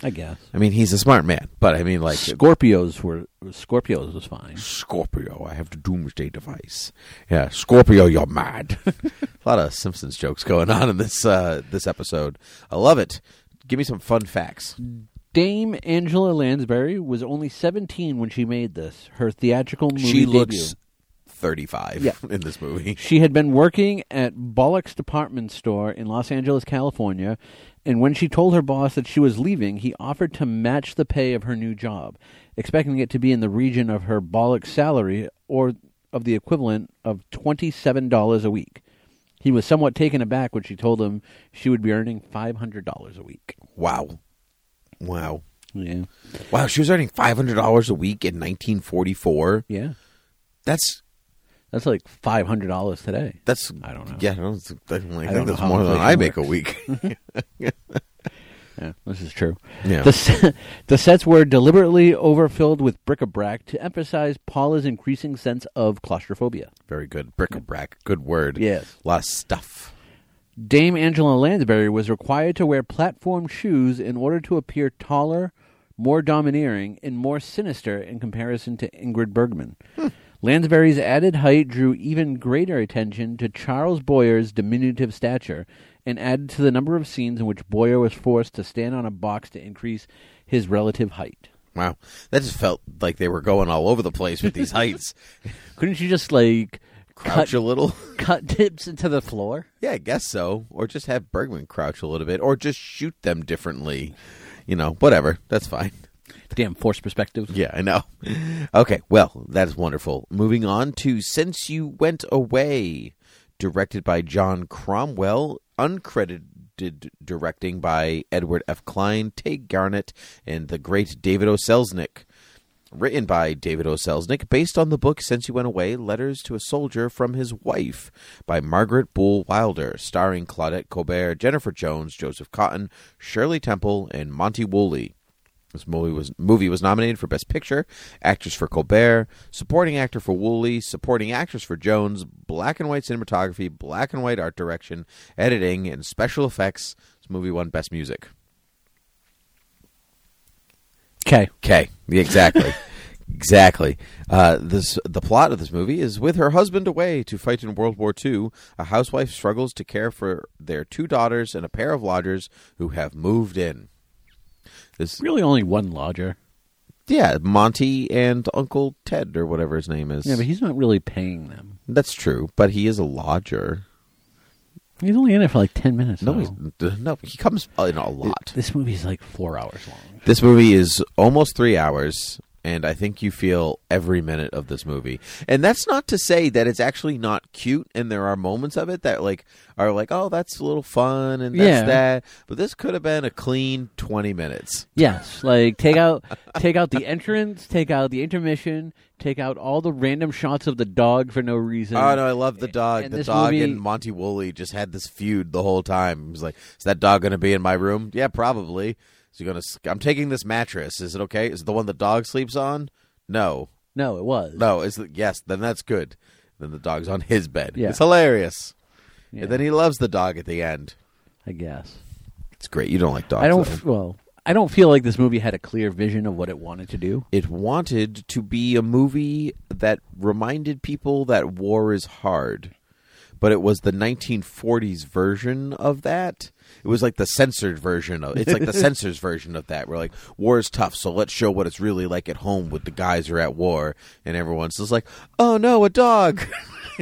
[SPEAKER 3] I guess
[SPEAKER 2] I mean, he's a smart man, but I mean, like
[SPEAKER 3] Scorpios were Scorpios was fine.
[SPEAKER 2] Scorpio, I have the Doomsday device. Yeah, Scorpio, you're mad. a lot of Simpsons jokes going on in this uh, this episode. I love it. Give me some fun facts.
[SPEAKER 3] Dame Angela Lansbury was only seventeen when she made this her theatrical movie
[SPEAKER 2] she
[SPEAKER 3] debut.
[SPEAKER 2] looks thirty five
[SPEAKER 3] Yeah.
[SPEAKER 2] in this movie.
[SPEAKER 3] She had been working at Bollock's department store in Los Angeles, California, and when she told her boss that she was leaving, he offered to match the pay of her new job, expecting it to be in the region of her Bollock salary or of the equivalent of $27 a week. He was somewhat taken aback when she told him she would be earning $500 a week.
[SPEAKER 2] Wow. Wow.
[SPEAKER 3] Yeah.
[SPEAKER 2] Wow, she was earning five hundred dollars a week in nineteen forty four.
[SPEAKER 3] Yeah.
[SPEAKER 2] That's
[SPEAKER 3] That's like $500 today.
[SPEAKER 2] that's
[SPEAKER 3] I don't know.
[SPEAKER 2] Yeah, I don't think, I think
[SPEAKER 3] don't know
[SPEAKER 2] that's
[SPEAKER 3] how
[SPEAKER 2] more than
[SPEAKER 3] inflation
[SPEAKER 2] I make a
[SPEAKER 3] works.
[SPEAKER 2] week.
[SPEAKER 3] Yeah, this is true.
[SPEAKER 2] Yeah.
[SPEAKER 3] The, se- the sets were deliberately overfilled with bric-a-brac to emphasize Paula's increasing sense of claustrophobia.
[SPEAKER 2] Very good. Bric a brac. Good word.
[SPEAKER 3] Yes.
[SPEAKER 2] A lot of stuff.
[SPEAKER 3] Dame Angela Lansbury was required to wear platform shoes in order to appear taller, more domineering, and more sinister in comparison to Ingrid Bergman. Lansbury's added height drew even greater attention to Charles Boyer's diminutive stature and added to the number of scenes in which Boyer was forced to stand on a box to increase his relative height.
[SPEAKER 2] Wow. That just felt like they were going all over the place with these heights.
[SPEAKER 3] Couldn't you just like
[SPEAKER 2] Crouch
[SPEAKER 3] cut
[SPEAKER 2] a little.
[SPEAKER 3] cut dips into the floor?
[SPEAKER 2] Yeah, I guess so. Or just have Bergman crouch a little bit. Or just shoot them differently. You know, whatever. That's fine.
[SPEAKER 3] Damn forced perspective.
[SPEAKER 2] Yeah, I know. Okay, well, that's wonderful. Moving on to Since You Went Away, directed by John Cromwell, uncredited directing by Edward F. Klein, Tay Garnett, and the great David O. Selznick. Written by David O. Selznick, based on the book Since You Went Away Letters to a Soldier from His Wife by Margaret Bull Wilder, starring Claudette Colbert, Jennifer Jones, Joseph Cotton, Shirley Temple, and Monty Woolley. This movie was movie was nominated for Best Picture, Actress for Colbert, Supporting Actor for Woolley, Supporting Actress for Jones, Black and White Cinematography, Black and White Art Direction, Editing, and Special Effects. This movie won Best Music.
[SPEAKER 3] Okay.
[SPEAKER 2] Okay, exactly, exactly. Uh, this the plot of this movie is with her husband away to fight in World War II, a housewife struggles to care for their two daughters and a pair of lodgers who have moved in. This
[SPEAKER 3] Really only one lodger.
[SPEAKER 2] Yeah, Monty and Uncle Ted or whatever his name is.
[SPEAKER 3] Yeah, but he's not really paying them.
[SPEAKER 2] That's true, but he is a lodger.
[SPEAKER 3] He's only in it for like ten minutes.
[SPEAKER 2] No,
[SPEAKER 3] though.
[SPEAKER 2] he's, d- no, he comes in a lot.
[SPEAKER 3] This movie's like four hours long.
[SPEAKER 2] This movie is almost three hours, and I think you feel every minute of this movie. And that's not to say that it's actually not cute, and there are moments of it that like are like, oh, that's a little fun, and that's
[SPEAKER 3] Yeah.
[SPEAKER 2] that. But this could have been a clean twenty minutes.
[SPEAKER 3] Yes, like take out take out the entrance, take out the intermission, take out all the random shots of the dog for no reason.
[SPEAKER 2] Oh no, I love the dog.
[SPEAKER 3] and
[SPEAKER 2] The
[SPEAKER 3] this
[SPEAKER 2] dog
[SPEAKER 3] movie-
[SPEAKER 2] and Monty Woolley just had this feud the whole time. He was like, "Is that dog going to be in my room? Yeah, probably. Is he going to? I'm taking this mattress. Is it okay? Is it the one the dog sleeps on? No,
[SPEAKER 3] No, it was.
[SPEAKER 2] No, is it, yes, then that's good. Then the dog's on his bed.
[SPEAKER 3] Yeah.
[SPEAKER 2] It's hilarious.
[SPEAKER 3] Yeah.
[SPEAKER 2] And then he loves the dog at the end.
[SPEAKER 3] I guess.
[SPEAKER 2] It's great. You don't like dogs.
[SPEAKER 3] I don't
[SPEAKER 2] though.
[SPEAKER 3] f- well, I don't feel like this movie had a clear vision of what it wanted to do.
[SPEAKER 2] it wanted to be a movie that reminded people that war is hard. But it was the 1940s version of that. It was like the censored version of it's like the censors version of that. We're like war is tough, so let's show what it's really like at home with the guys who are at war, and everyone's just like, "Oh no, a dog!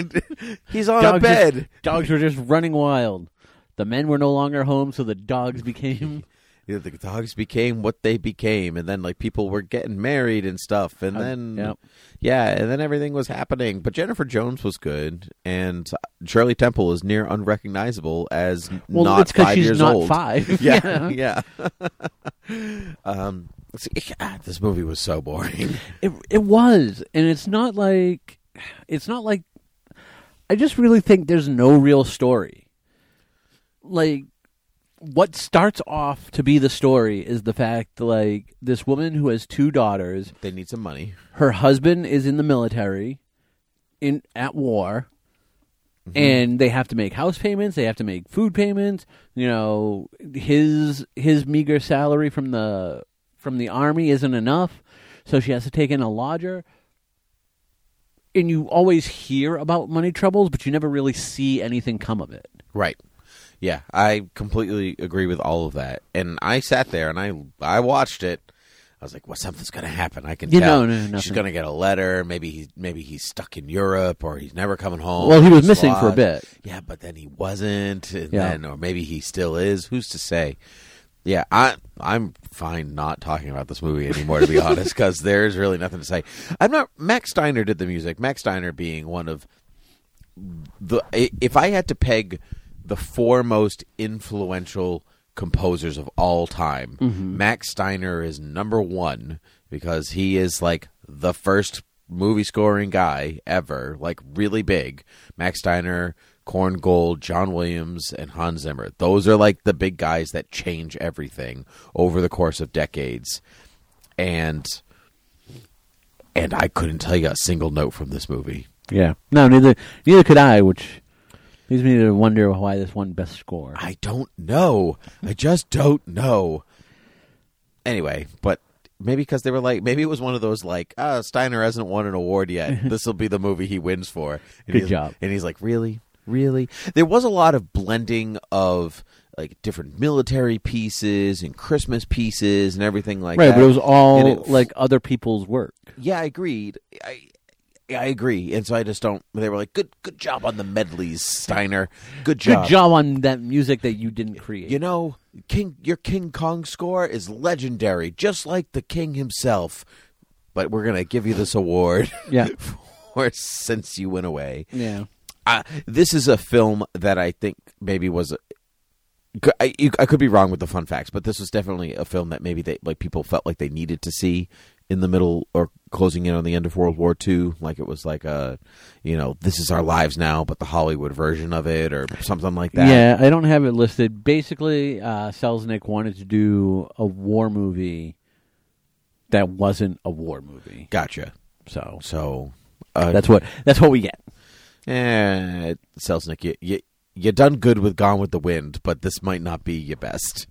[SPEAKER 2] He's on a
[SPEAKER 3] Dogs
[SPEAKER 2] bed."
[SPEAKER 3] just- dogs were just running wild. The men were no longer home, so the dogs became
[SPEAKER 2] Yeah, the dogs became what they became, and then like people were getting married and stuff, and then
[SPEAKER 3] Uh, yep.
[SPEAKER 2] yeah, and then everything was happening. But Jennifer Jones was good, and Shirley Temple is near unrecognizable as
[SPEAKER 3] well.
[SPEAKER 2] not
[SPEAKER 3] it's because
[SPEAKER 2] five
[SPEAKER 3] she's
[SPEAKER 2] years
[SPEAKER 3] not
[SPEAKER 2] old.
[SPEAKER 3] five.
[SPEAKER 2] Yeah, yeah. um, it's- ah, this movie was so boring.
[SPEAKER 3] It it was, and it's not like it's not like I just really think there's no real story. Like what starts off to be the story is the fact like this woman who has two daughters,
[SPEAKER 2] They need some money.
[SPEAKER 3] her husband is in the military in at war
[SPEAKER 2] Mm-hmm.
[SPEAKER 3] and they have to make house payments, they have to make food payments, you know, his his meager salary from the from the army isn't enough, so she has to take in a lodger. And you always hear about money troubles, but you never really see anything come of it.
[SPEAKER 2] Right. Yeah, I completely agree with all of that. And I sat there and I I watched it. I was like, "Well, something's going to happen. I can
[SPEAKER 3] You
[SPEAKER 2] tell.
[SPEAKER 3] know, no, nothing.
[SPEAKER 2] She's going to get a letter. Maybe he's maybe he's stuck in Europe or he's never coming home."
[SPEAKER 3] Well, he was
[SPEAKER 2] He's
[SPEAKER 3] missing for a
[SPEAKER 2] lost.
[SPEAKER 3] bit.
[SPEAKER 2] Yeah, but then he wasn't, and
[SPEAKER 3] Yeah.
[SPEAKER 2] then or maybe he still is. Who's to say? Yeah, I I'm fine not talking about this movie anymore to be honest, because there's really nothing to say. I'm not. Max Steiner did the music. Max Steiner being one of the i- if I had to peg the four most influential composers of all time, Max Steiner is number one because he is like the first movie scoring guy ever, like really big. Max Steiner, Korngold, John Williams, and Hans Zimmer. Those are like the big guys that change everything over the course of decades. And and I couldn't tell you a single note from this movie.
[SPEAKER 3] Yeah. No, neither neither could I, which leads me to wonder why this won best score.
[SPEAKER 2] I don't know. I just don't know. Anyway, but maybe because they were like, maybe it was one of those like, uh, Steiner hasn't won an award yet. this will be the movie he wins for. And
[SPEAKER 3] Good
[SPEAKER 2] he's-
[SPEAKER 3] job.
[SPEAKER 2] And he's like, really, really. There was a lot of blending of like different military pieces and Christmas pieces and everything like
[SPEAKER 3] right,
[SPEAKER 2] that.
[SPEAKER 3] but it was all
[SPEAKER 2] And it-
[SPEAKER 3] like other people's work.
[SPEAKER 2] yeah, I agreed. I. I agree, and so I just don't. They were like, "Good, good job on the medleys, Steiner. Good job,
[SPEAKER 3] Good job on that music that you didn't create.
[SPEAKER 2] You know, King your King Kong score is legendary, just like the king himself. But we're gonna give you this award
[SPEAKER 3] Yeah.
[SPEAKER 2] for since you went away.
[SPEAKER 3] yeah.
[SPEAKER 2] Uh, this is a film that I think maybe was. I, you- I could be wrong with the fun facts, but this was definitely a film that maybe they like people felt like they needed to see in the middle or closing in on the end of World War II. Like it was like a, you know, this is our lives now, but the Hollywood version of it or something like that.
[SPEAKER 3] Yeah, I don't have it listed. Basically, uh, Selznick wanted to do a war movie that wasn't a war movie.
[SPEAKER 2] Gotcha.
[SPEAKER 3] So
[SPEAKER 2] So uh,
[SPEAKER 3] that's what that's what we get.
[SPEAKER 2] eh, Selznick, you, you you done good with Gone with the Wind, but this might not be your best.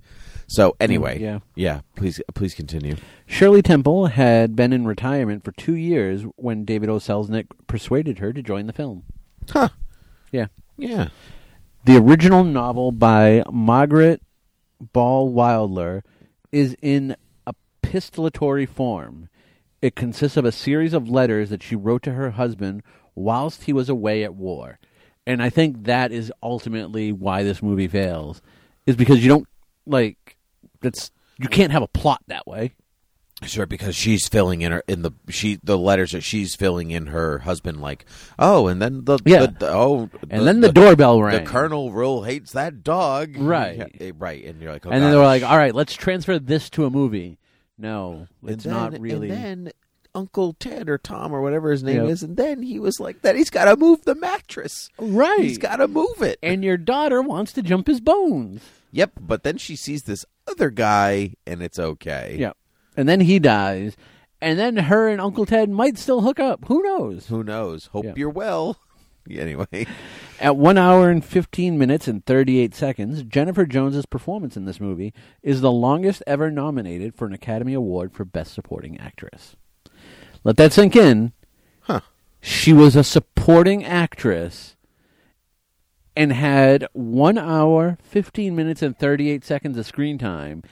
[SPEAKER 2] So anyway,
[SPEAKER 3] Mm, yeah.
[SPEAKER 2] yeah. Please, please continue.
[SPEAKER 3] Shirley Temple had been in retirement for two years when David O. Selznick persuaded her to join the film.
[SPEAKER 2] Huh?
[SPEAKER 3] Yeah,
[SPEAKER 2] Yeah.
[SPEAKER 3] the original novel by Margaret Ball Wilder is in epistolatory form. It consists of a series of letters that she wrote to her husband whilst he was away at war. and I think that is ultimately why this movie fails, is because you don't like that's you can't have a plot that way.
[SPEAKER 2] Sure, because she's filling in her in the she the letters that she's filling in her husband like oh and then the,
[SPEAKER 3] Yeah.
[SPEAKER 2] the, the- oh
[SPEAKER 3] And then the, doorbell
[SPEAKER 2] the
[SPEAKER 3] rang.
[SPEAKER 2] colonel rule hates that dog
[SPEAKER 3] Right.
[SPEAKER 2] Yeah, eh, right and you're like oh,
[SPEAKER 3] and then they were
[SPEAKER 2] gosh.
[SPEAKER 3] like, "All right, let's transfer this to a movie." No,
[SPEAKER 2] And
[SPEAKER 3] it's
[SPEAKER 2] then-
[SPEAKER 3] not really.
[SPEAKER 2] and then Uncle Ted or Tom or whatever his name
[SPEAKER 3] Yep.
[SPEAKER 2] is and then he was like that he's got to move the mattress
[SPEAKER 3] Right.
[SPEAKER 2] he's got to move it
[SPEAKER 3] and your daughter wants to jump his bones.
[SPEAKER 2] yep but then she sees this other guy and it's okay
[SPEAKER 3] Yeah. And then he dies. And then her and Uncle Ted might still hook up. Who knows?
[SPEAKER 2] who knows hope
[SPEAKER 3] Yeah.
[SPEAKER 2] you're well anyway
[SPEAKER 3] At 1 hour and 15 minutes and 38 seconds, Jennifer Jones's performance in this movie is the longest ever nominated for an Academy Award for Best Supporting Actress. Let that sink in.
[SPEAKER 2] Huh.
[SPEAKER 3] She was a supporting actress and had 1 hour, 15 minutes and 38 seconds of screen time,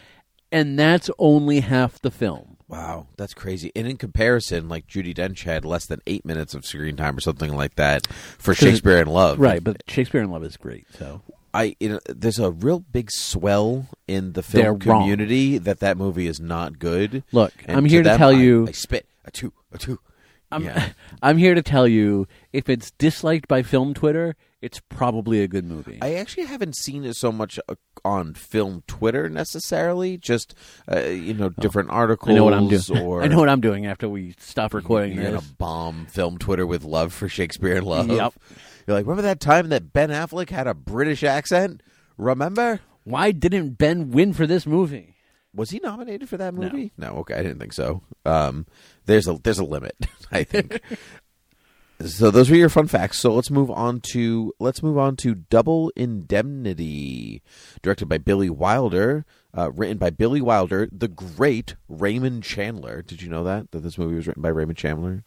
[SPEAKER 3] and that's only half the film.
[SPEAKER 2] Wow, that's crazy. And in comparison, like Judy Dench had less than eight minutes of screen time or something like that for Shakespeare in Love.
[SPEAKER 3] Right, but Shakespeare in Love is great. So
[SPEAKER 2] I you know, there's a real big swell in the film
[SPEAKER 3] They're wrong.
[SPEAKER 2] community that that movie is not good.
[SPEAKER 3] Look,
[SPEAKER 2] And
[SPEAKER 3] I'm here to
[SPEAKER 2] them,
[SPEAKER 3] tell
[SPEAKER 2] I-
[SPEAKER 3] you-
[SPEAKER 2] I spit a two a two.
[SPEAKER 3] I'm
[SPEAKER 2] yeah.
[SPEAKER 3] I'm here to tell you if it's disliked by film Twitter, it's probably a good movie.
[SPEAKER 2] I actually haven't seen it so much uh, on film Twitter necessarily. Just uh, you know, different articles.
[SPEAKER 3] Oh. I know what I'm doing.
[SPEAKER 2] Or
[SPEAKER 3] I know what I'm doing after we stop recording
[SPEAKER 2] You're gonna
[SPEAKER 3] this.
[SPEAKER 2] bomb film Twitter with love for Shakespeare in Love.
[SPEAKER 3] Yep.
[SPEAKER 2] You're like, remember that time that Ben Affleck had a British accent? Remember?
[SPEAKER 3] Why didn't Ben win for this movie?
[SPEAKER 2] Was he nominated for that movie? No. okay, I didn't think so. Um, there's a there's a limit, I think. so those were your fun facts. So let's move on to let's move on to Double Indemnity, directed by Billy Wilder, uh, written by Billy Wilder, the great Raymond Chandler. Did you know that that this movie was written by Raymond Chandler?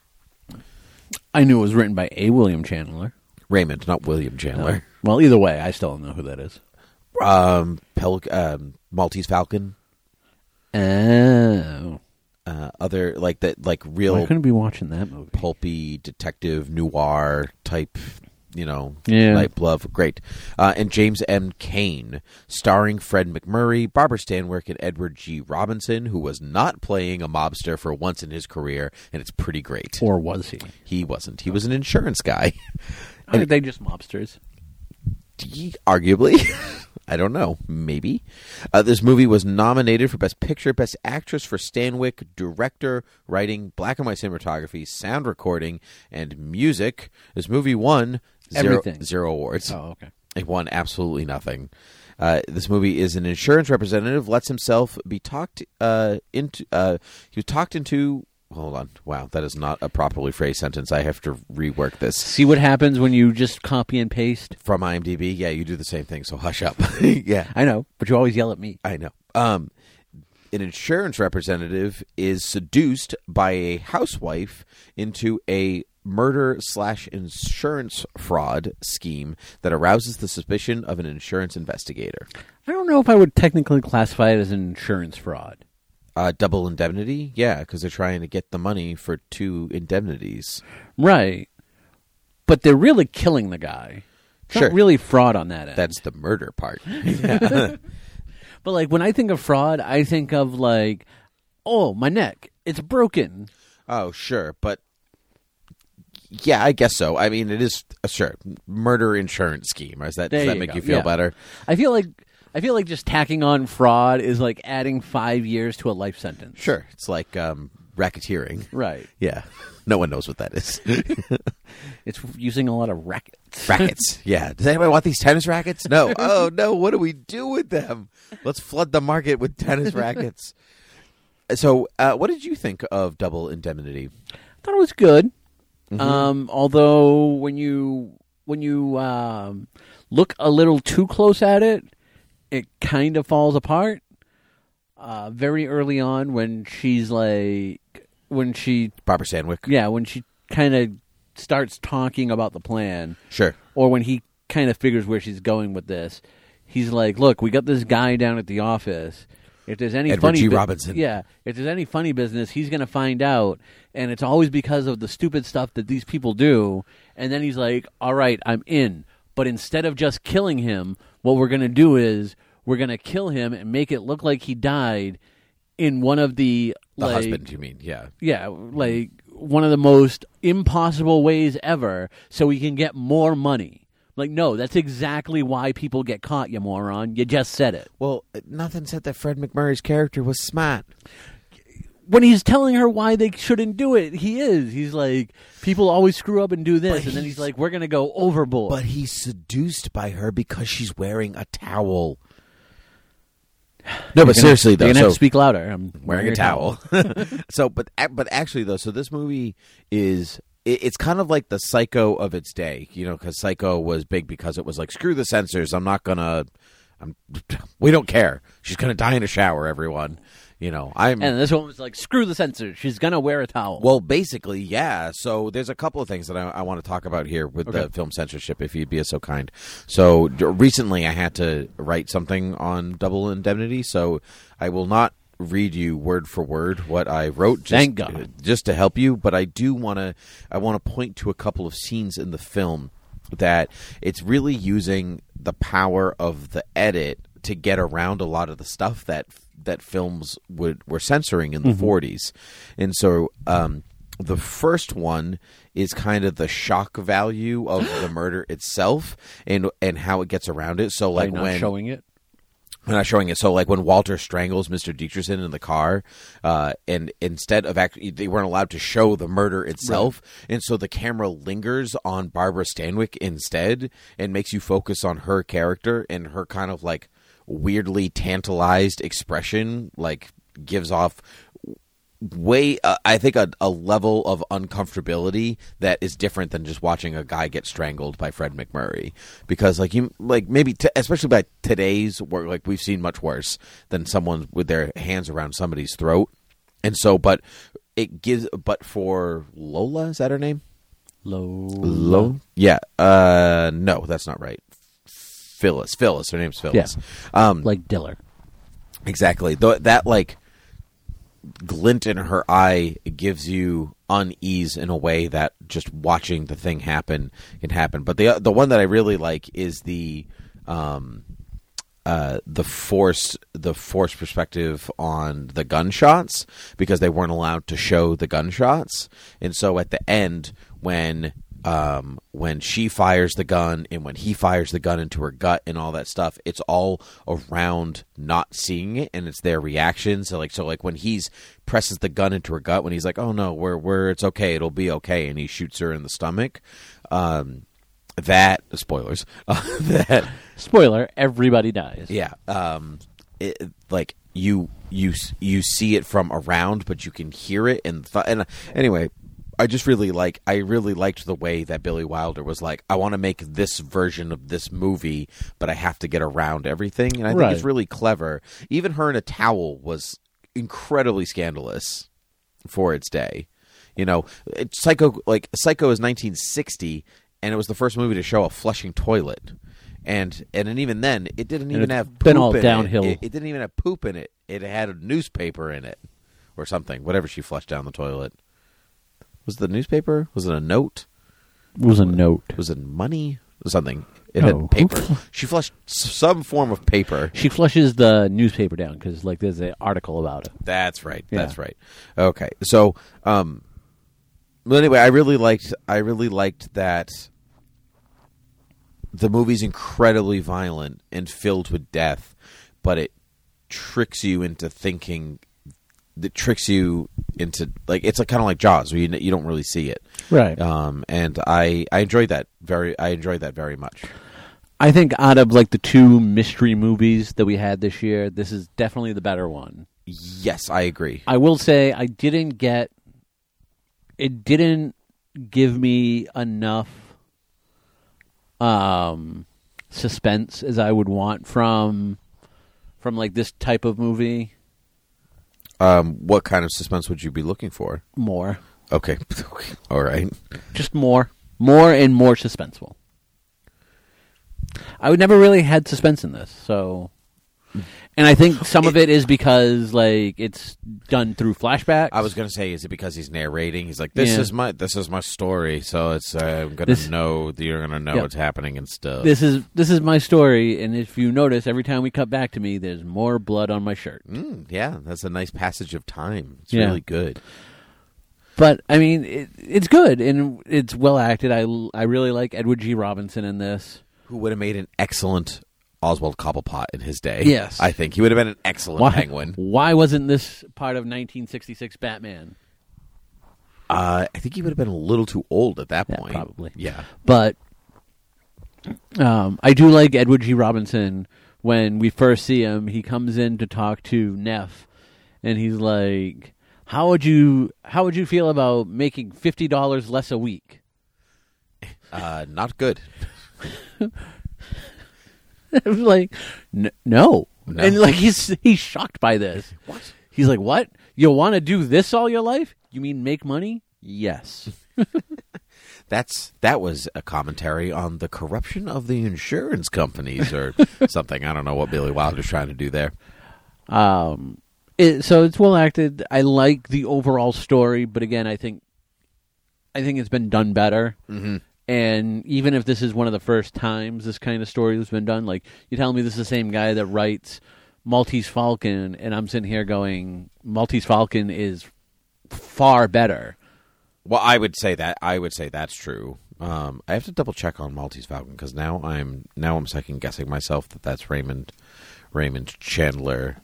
[SPEAKER 3] I knew it was written by A. William Chandler.
[SPEAKER 2] Raymond, not William Chandler.
[SPEAKER 3] Well, either way, I still don't know who that is.
[SPEAKER 2] um, Pel- um Maltese Falcon,
[SPEAKER 3] Oh,
[SPEAKER 2] uh, other like that, like
[SPEAKER 3] I
[SPEAKER 2] real
[SPEAKER 3] couldn't be watching that movie.
[SPEAKER 2] pulpy detective noir type, you know,
[SPEAKER 3] Yeah.
[SPEAKER 2] type love. Great, uh, and James M. Cain, starring Fred McMurray, Barbara Stanwyck, and Edward G. Robinson, who was not playing a mobster for once in his career, and it's pretty great.
[SPEAKER 3] Or was he?
[SPEAKER 2] He wasn't. He was an insurance guy,
[SPEAKER 3] Aren't they just mobsters?
[SPEAKER 2] Ye- arguably. I don't know. Maybe. Uh, this movie was nominated for Best Picture, Best Actress for Stanwyck, Director, Writing, Black and White Cinematography, Sound Recording, and Music. This movie won zero,
[SPEAKER 3] Everything.
[SPEAKER 2] zero awards.
[SPEAKER 3] Oh, okay.
[SPEAKER 2] It won absolutely nothing. Uh, this movie is an insurance representative lets himself be talked uh, into. Uh, he was talked into. Hold on. Wow, that is not a properly phrased sentence. I have to rework this
[SPEAKER 3] See what happens when you just copy and paste.
[SPEAKER 2] from IMDb. Yeah, you do the same thing, so hush up. yeah,
[SPEAKER 3] I know, but you always yell at me.
[SPEAKER 2] I know. Um, an insurance representative is seduced by a housewife into a murder slash insurance fraud scheme that arouses the suspicion of an insurance investigator.
[SPEAKER 3] I don't know if I would technically classify it as an insurance fraud.
[SPEAKER 2] Uh, double indemnity, yeah, because they're trying to get the money for two indemnities.
[SPEAKER 3] Right. But they're really killing the guy. It's
[SPEAKER 2] Sure.
[SPEAKER 3] not really fraud on that end.
[SPEAKER 2] That's the murder part.
[SPEAKER 3] but like when I think of fraud, I think of like, oh, my neck, it's broken.
[SPEAKER 2] Oh, sure, but yeah, I guess so. I mean, it is uh, sure murder insurance scheme. Is that does
[SPEAKER 3] There
[SPEAKER 2] that
[SPEAKER 3] you
[SPEAKER 2] make
[SPEAKER 3] go.
[SPEAKER 2] you feel
[SPEAKER 3] Yeah.
[SPEAKER 2] better?
[SPEAKER 3] I feel like I feel like just tacking on fraud is like adding five years to a life sentence.
[SPEAKER 2] Sure, it's like um, racketeering.
[SPEAKER 3] Right.
[SPEAKER 2] Yeah, no one knows what that is.
[SPEAKER 3] It's using a lot of rackets.
[SPEAKER 2] rackets. Yeah. Does anybody want these tennis rackets? No. Oh no. What do we do with them? Let's flood the market with tennis rackets. So, uh, what did you think of Double Indemnity?
[SPEAKER 3] I thought it was good. Um, although when you when you um, look a little too close at it, it kind of falls apart. Uh, very early on, when she's like, when she
[SPEAKER 2] Barbara Sandwick.
[SPEAKER 3] yeah, when she kind of starts talking about the plan,
[SPEAKER 2] Sure.
[SPEAKER 3] or when he kind of figures where she's going with this, he's like, "Look, we got this guy down at the office. If there's any
[SPEAKER 2] Edward
[SPEAKER 3] funny,
[SPEAKER 2] G. Robinson.
[SPEAKER 3] yeah, if there's any funny business, he's gonna find out, and it's always because of the stupid stuff that these people do." And then he's like, "All right, I'm in, But instead of just killing him, what we're going to do is we're going to kill him and make it look like he died in one of the,
[SPEAKER 2] The
[SPEAKER 3] like,
[SPEAKER 2] husband, you mean? Yeah.
[SPEAKER 3] yeah, like one of the most impossible ways ever, so we can get more money. Like, no, that's exactly why people get caught, you moron. You just said it.
[SPEAKER 2] Well, uh, nothing said that Fred McMurray's character was smart.
[SPEAKER 3] When he's telling her why they shouldn't do it, he is. He's like, people always screw up and do this,
[SPEAKER 2] But
[SPEAKER 3] and then he's
[SPEAKER 2] he's-
[SPEAKER 3] like, we're gonna go overboard.
[SPEAKER 2] But he's seduced by her because she's wearing a towel. No, but
[SPEAKER 3] You're gonna-
[SPEAKER 2] seriously though,
[SPEAKER 3] you're gonna have
[SPEAKER 2] so
[SPEAKER 3] to speak louder. I'm
[SPEAKER 2] wearing a towel. so, but a- but actually though, so this movie is it, it's kind of like the Psycho of its day, you know, because Psycho was big because it was like screw the censors, I'm not gonna, I'm, we don't care. She's gonna die in a shower, everyone. You know, I'm
[SPEAKER 3] And this one was like, screw the censors. She's gonna wear a towel.
[SPEAKER 2] Well, basically, yeah. So there's a couple of things that I, I want to talk about here with the
[SPEAKER 3] Okay.
[SPEAKER 2] film censorship, if you'd be so kind. So d- recently, I had to write something on double indemnity, so I will not read you word for word what I wrote. Just,
[SPEAKER 3] Thank God.
[SPEAKER 2] just to help you. But I do want to. I want to point to a couple of scenes in the film that it's really using the power of the edit to get around a lot of the stuff that that films would were censoring in the
[SPEAKER 3] Mm-hmm.
[SPEAKER 2] 40s. And so um, the first one is kind of the shock value of the murder itself and and how it gets around it. So
[SPEAKER 3] By
[SPEAKER 2] like
[SPEAKER 3] not
[SPEAKER 2] when
[SPEAKER 3] showing it.
[SPEAKER 2] we're not showing it. So, like when Walter strangles Mr. Dietrichson in the car, uh, and instead of actually, they weren't allowed to show the murder itself, and so the camera lingers on Barbara Stanwyck instead, and makes you focus on her character and her kind of like weirdly tantalized expression, like gives off way uh, i think a, a level of uncomfortability that is different than just watching a guy get strangled by fred mcmurray because like you like maybe t- especially by today's where like we've seen much worse than someone with their hands around somebody's throat and so but it gives but for lola is that her name
[SPEAKER 3] Low.
[SPEAKER 2] Low? yeah uh no that's not right phyllis phyllis her name's phyllis um
[SPEAKER 3] Like Diller.
[SPEAKER 2] Exactly. Th- that like glint in her eye gives you unease in a way that just watching the thing happen can happen. But the the one that I really like is the um uh, the force the force perspective on the gunshots because they weren't allowed to show the gunshots and so at the end when um, when she fires the gun and when he fires the gun into her gut and all that stuff it's all around not seeing it and it's their reaction so like so like when he's presses the gun into her gut when he's like oh no we're we're it's okay it'll be okay and he shoots her in the stomach um that spoilers that
[SPEAKER 3] Spoiler: Everybody dies.
[SPEAKER 2] yeah. Um, it, like you you s- you see it from around, but you can hear it and th- and uh, anyway, I just really like I really liked the way that Billy Wilder was like I want to make this version of this movie, but I have to get around everything, and I think it's
[SPEAKER 3] Right.
[SPEAKER 2] really clever. Even her in a towel was incredibly scandalous for its day. You know, it- Psycho like Psycho is 1960, and it was the first movie to show a flushing toilet, and and, and even then it didn't even
[SPEAKER 3] it's
[SPEAKER 2] have poop
[SPEAKER 3] been all
[SPEAKER 2] in it.
[SPEAKER 3] downhill.
[SPEAKER 2] It. It, didn't even have poop in it. It had a newspaper in it, or something. Whatever she flushed down the toilet was it the newspaper. Was it a note?
[SPEAKER 3] It was a note.
[SPEAKER 2] Was it money? Or something. It
[SPEAKER 3] No.
[SPEAKER 2] had paper. she flushed s- some form of paper.
[SPEAKER 3] She flushes the newspaper down because, like, there's an article about it.
[SPEAKER 2] That's right.
[SPEAKER 3] Yeah.
[SPEAKER 2] That's right. Okay. So, um, well, anyway, I really liked. I really liked that the movie's incredibly violent and filled with death, but it tricks you into thinking. That tricks you into like it's like, kind of like Jaws, where you n- you don't really see it,
[SPEAKER 3] Right.
[SPEAKER 2] Um, and I I enjoyed that very. I enjoyed that very much.
[SPEAKER 3] I think out of like the two mystery movies that we had this year, this is definitely the better one.
[SPEAKER 2] Yes, I agree.
[SPEAKER 3] I will say I didn't get it didn't give me enough um suspense as I would want from from like this type of movie
[SPEAKER 2] Um, what kind of suspense would you be looking for?
[SPEAKER 3] more.
[SPEAKER 2] Okay, all right.
[SPEAKER 3] Just more, more and more suspenseful. I would never really had suspense in this, so And I think some of it is because like it's done through flashbacks.
[SPEAKER 2] I was gonna say, is it because he's narrating? He's like, this
[SPEAKER 3] Yeah.
[SPEAKER 2] is my this is my story, so it's uh, I'm gonna
[SPEAKER 3] This-
[SPEAKER 2] know that you're gonna know
[SPEAKER 3] Yep.
[SPEAKER 2] what's happening and stuff.
[SPEAKER 3] this is this is my story, and if you notice, every time we cut back to me, there's more blood on my shirt.
[SPEAKER 2] Mm, yeah, that's a nice passage of time. It's
[SPEAKER 3] Yeah.
[SPEAKER 2] really good.
[SPEAKER 3] But I mean, it, it's good and it's well acted. I l- I really like Edward G. Robinson in this.
[SPEAKER 2] Who would have made an excellent Oswald Cobblepot in his day?
[SPEAKER 3] Yes.
[SPEAKER 2] I think he would have been an excellent penguin.
[SPEAKER 3] Why wasn't this part of 1966 Batman?
[SPEAKER 2] Uh, I think he would have been a little too old at that
[SPEAKER 3] Yeah,
[SPEAKER 2] point.
[SPEAKER 3] probably.
[SPEAKER 2] Yeah.
[SPEAKER 3] But um, I do like Edward G. Robinson. When we first see him, he comes in to talk to Neff, and he's like, "How would you How would you feel about making fifty dollars less a week?"
[SPEAKER 2] Uh, not good.
[SPEAKER 3] I was like, N- no.
[SPEAKER 2] No.
[SPEAKER 3] And like he's he's shocked by this. What? He's like, what? You want to do this all your life? You mean make money? Yes.
[SPEAKER 2] That's that was a commentary on the corruption of the insurance companies or something. I don't know what Billy Wilder's trying to do there.
[SPEAKER 3] um, it, so it's well acted. I like the overall story, but again, I think I think it's been done better. Mm-hmm. And even if this is one of the first times this kind of story has been done, like you tell me this is the same guy that writes Maltese Falcon, and I'm sitting here going, Maltese Falcon is far better.
[SPEAKER 2] Well, I would say that I would say that's true. Um, I have to double check on Maltese Falcon because now I'm now I'm second guessing myself that that's Raymond Raymond Chandler.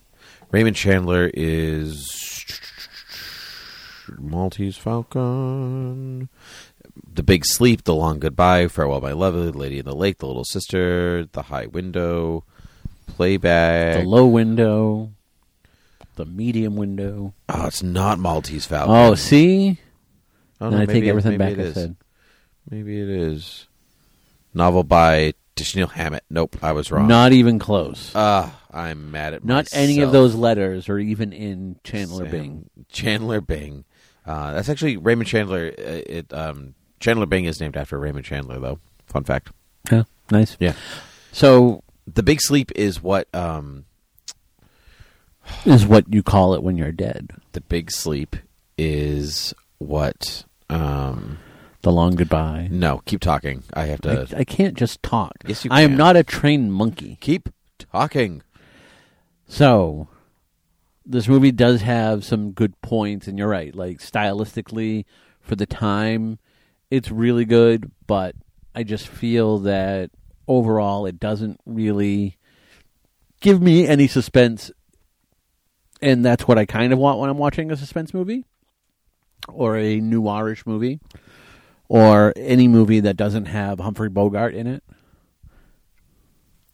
[SPEAKER 2] Raymond Chandler is Maltese Falcon. The Big Sleep, The Long Goodbye, Farewell My Love, Lady in the Lake, The Little Sister, The High Window,
[SPEAKER 3] the
[SPEAKER 2] Playback.
[SPEAKER 3] low window, the medium window.
[SPEAKER 2] oh, it's not Maltese Falcon.
[SPEAKER 3] Oh, see,
[SPEAKER 2] Oh,
[SPEAKER 3] and
[SPEAKER 2] no,
[SPEAKER 3] I
[SPEAKER 2] maybe
[SPEAKER 3] take
[SPEAKER 2] it-
[SPEAKER 3] everything
[SPEAKER 2] maybe
[SPEAKER 3] back.
[SPEAKER 2] it
[SPEAKER 3] I
[SPEAKER 2] is.
[SPEAKER 3] said
[SPEAKER 2] Maybe it is. Novel by Tishnil Hammett. Nope, I was wrong.
[SPEAKER 3] not even close.
[SPEAKER 2] Ah, I'm mad at
[SPEAKER 3] not
[SPEAKER 2] myself.
[SPEAKER 3] any of those letters are even in Chandler
[SPEAKER 2] Sam-
[SPEAKER 3] Bing.
[SPEAKER 2] Chandler Bing. Uh, that's actually Raymond Chandler. uh, It um, Chandler Bing is named after Raymond Chandler, though. Fun fact.
[SPEAKER 3] Yeah, nice.
[SPEAKER 2] Yeah.
[SPEAKER 3] So
[SPEAKER 2] The Big Sleep is what um,
[SPEAKER 3] is what you call it when you're dead.
[SPEAKER 2] the Big Sleep is what. Um,
[SPEAKER 3] The long goodbye.
[SPEAKER 2] no, keep talking. I have to
[SPEAKER 3] I, I can't just talk.
[SPEAKER 2] Yes, you
[SPEAKER 3] I am
[SPEAKER 2] can.
[SPEAKER 3] not a trained monkey.
[SPEAKER 2] keep talking.
[SPEAKER 3] So this movie does have some good points, and you're right. Like stylistically, for the time, it's really good. But I just feel that overall, it doesn't really give me any suspense, and that's what I kind of want when I'm watching a suspense movie or a noirish movie or any movie that doesn't have Humphrey Bogart in it.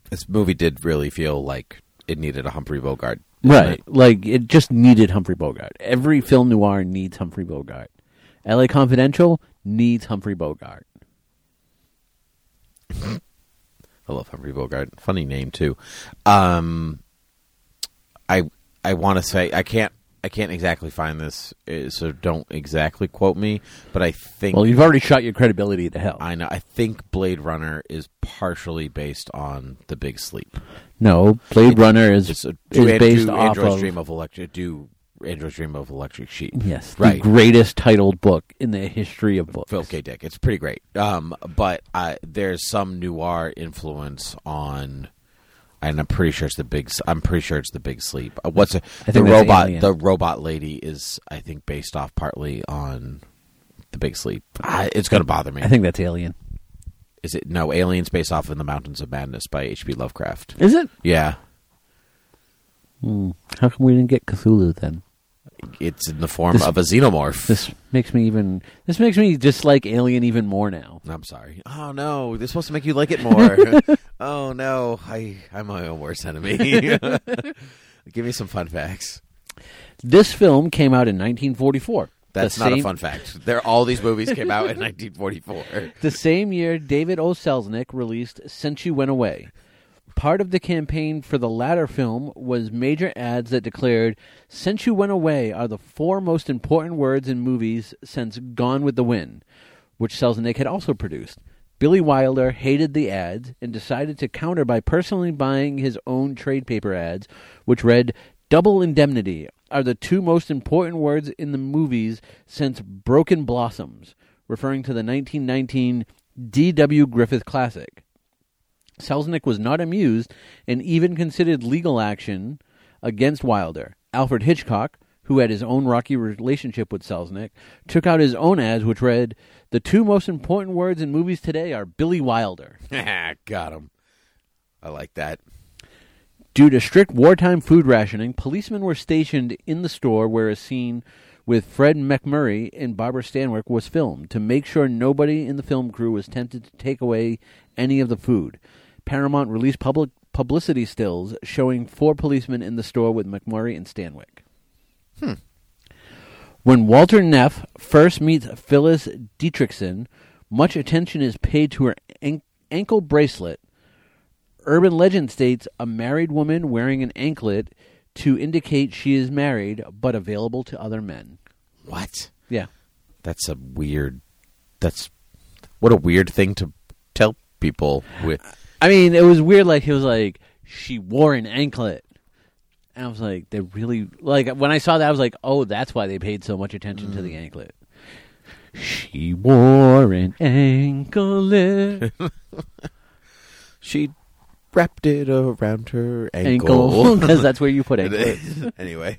[SPEAKER 2] This movie did really feel like it needed a Humphrey Bogart.
[SPEAKER 3] Right. Like it just needed Humphrey Bogart. Every film noir needs Humphrey Bogart. LA Confidential needs Humphrey Bogart.
[SPEAKER 2] I love Humphrey Bogart. Funny name too. Um, I I want to say I can't I can't exactly find this, eh, so don't exactly quote me. But I think
[SPEAKER 3] Well, you've already shot your credibility to hell.
[SPEAKER 2] I know. I think Blade Runner is partially based on The Big Sleep.
[SPEAKER 3] no, Blade Runner is,
[SPEAKER 2] It's a,
[SPEAKER 3] is
[SPEAKER 2] do,
[SPEAKER 3] based
[SPEAKER 2] do
[SPEAKER 3] off
[SPEAKER 2] Android's
[SPEAKER 3] of
[SPEAKER 2] Dream of Electric. Do Android's Dream of Electric Sheep?
[SPEAKER 3] yes, the
[SPEAKER 2] right.
[SPEAKER 3] greatest titled book in the history of books.
[SPEAKER 2] Phil K. Dick. It's pretty great. Um, but uh, there's some noir influence on, and I'm pretty sure it's the big. S- I'm pretty sure it's the Big Sleep. Uh, what's a,
[SPEAKER 3] think
[SPEAKER 2] the
[SPEAKER 3] that's
[SPEAKER 2] robot?
[SPEAKER 3] Alien.
[SPEAKER 2] The robot lady is, I think, based off partly on the Big Sleep. I, it's gonna bother me.
[SPEAKER 3] I think that's Alien.
[SPEAKER 2] Is it no Aliens based off of the Mountains of Madness by H.P. Lovecraft?
[SPEAKER 3] Is it?
[SPEAKER 2] Yeah,
[SPEAKER 3] Hmm. How come we didn't get Cthulhu then?
[SPEAKER 2] it's in the form
[SPEAKER 3] This-
[SPEAKER 2] of a xenomorph.
[SPEAKER 3] This makes me even. This makes me dislike Alien even more now.
[SPEAKER 2] I'm sorry. Oh no, this is supposed to make you like it more. oh no, I I'm my own worst enemy. Give me some fun facts.
[SPEAKER 3] This film came out in 1944. The
[SPEAKER 2] That's not
[SPEAKER 3] same-
[SPEAKER 2] a fun fact. There, all these movies came out in 1944.
[SPEAKER 3] The same year, David O. Selznick released Since You Went Away. Part of the campaign for the latter film was major ads that declared, Since You Went Away are the four most important words in movies since Gone with the Wind, which Selznick had also produced. Billy Wilder hated the ads and decided to counter by personally buying his own trade paper ads, which read Double indemnity are the two most important words in the movies since Broken Blossoms, referring to the 1919 D.W. Griffith classic. Selznick was not amused and even considered legal action against Wilder. Alfred Hitchcock, who had his own rocky relationship with Selznick, took out his own ads, which read, The two most important words in movies today are Billy Wilder.
[SPEAKER 2] Got him. I like that.
[SPEAKER 3] Due to strict wartime food rationing, policemen were stationed in the store where a scene with Fred McMurray and Barbara Stanwyck was filmed to make sure nobody in the film crew was tempted to take away any of the food. Paramount released public publicity stills showing four policemen in the store with McMurray and Stanwyck. When Walter Neff first meets Phyllis Dietrichson, much attention is paid to her an- ankle bracelet. Urban legend states a married woman wearing an anklet to indicate she is married but available to other men.
[SPEAKER 2] What?
[SPEAKER 3] Yeah.
[SPEAKER 2] That's a weird. That's what a weird thing to tell people. With
[SPEAKER 3] I mean, it was weird. Like, he was like, she wore an anklet. And I was like, they really. Like, when I saw that, I was like, oh, that's why they paid so much attention to the anklet. She wore an anklet.
[SPEAKER 2] she wrapped it around her
[SPEAKER 3] ankle.
[SPEAKER 2] ankle.
[SPEAKER 3] Because that's where you put it.
[SPEAKER 2] anyway,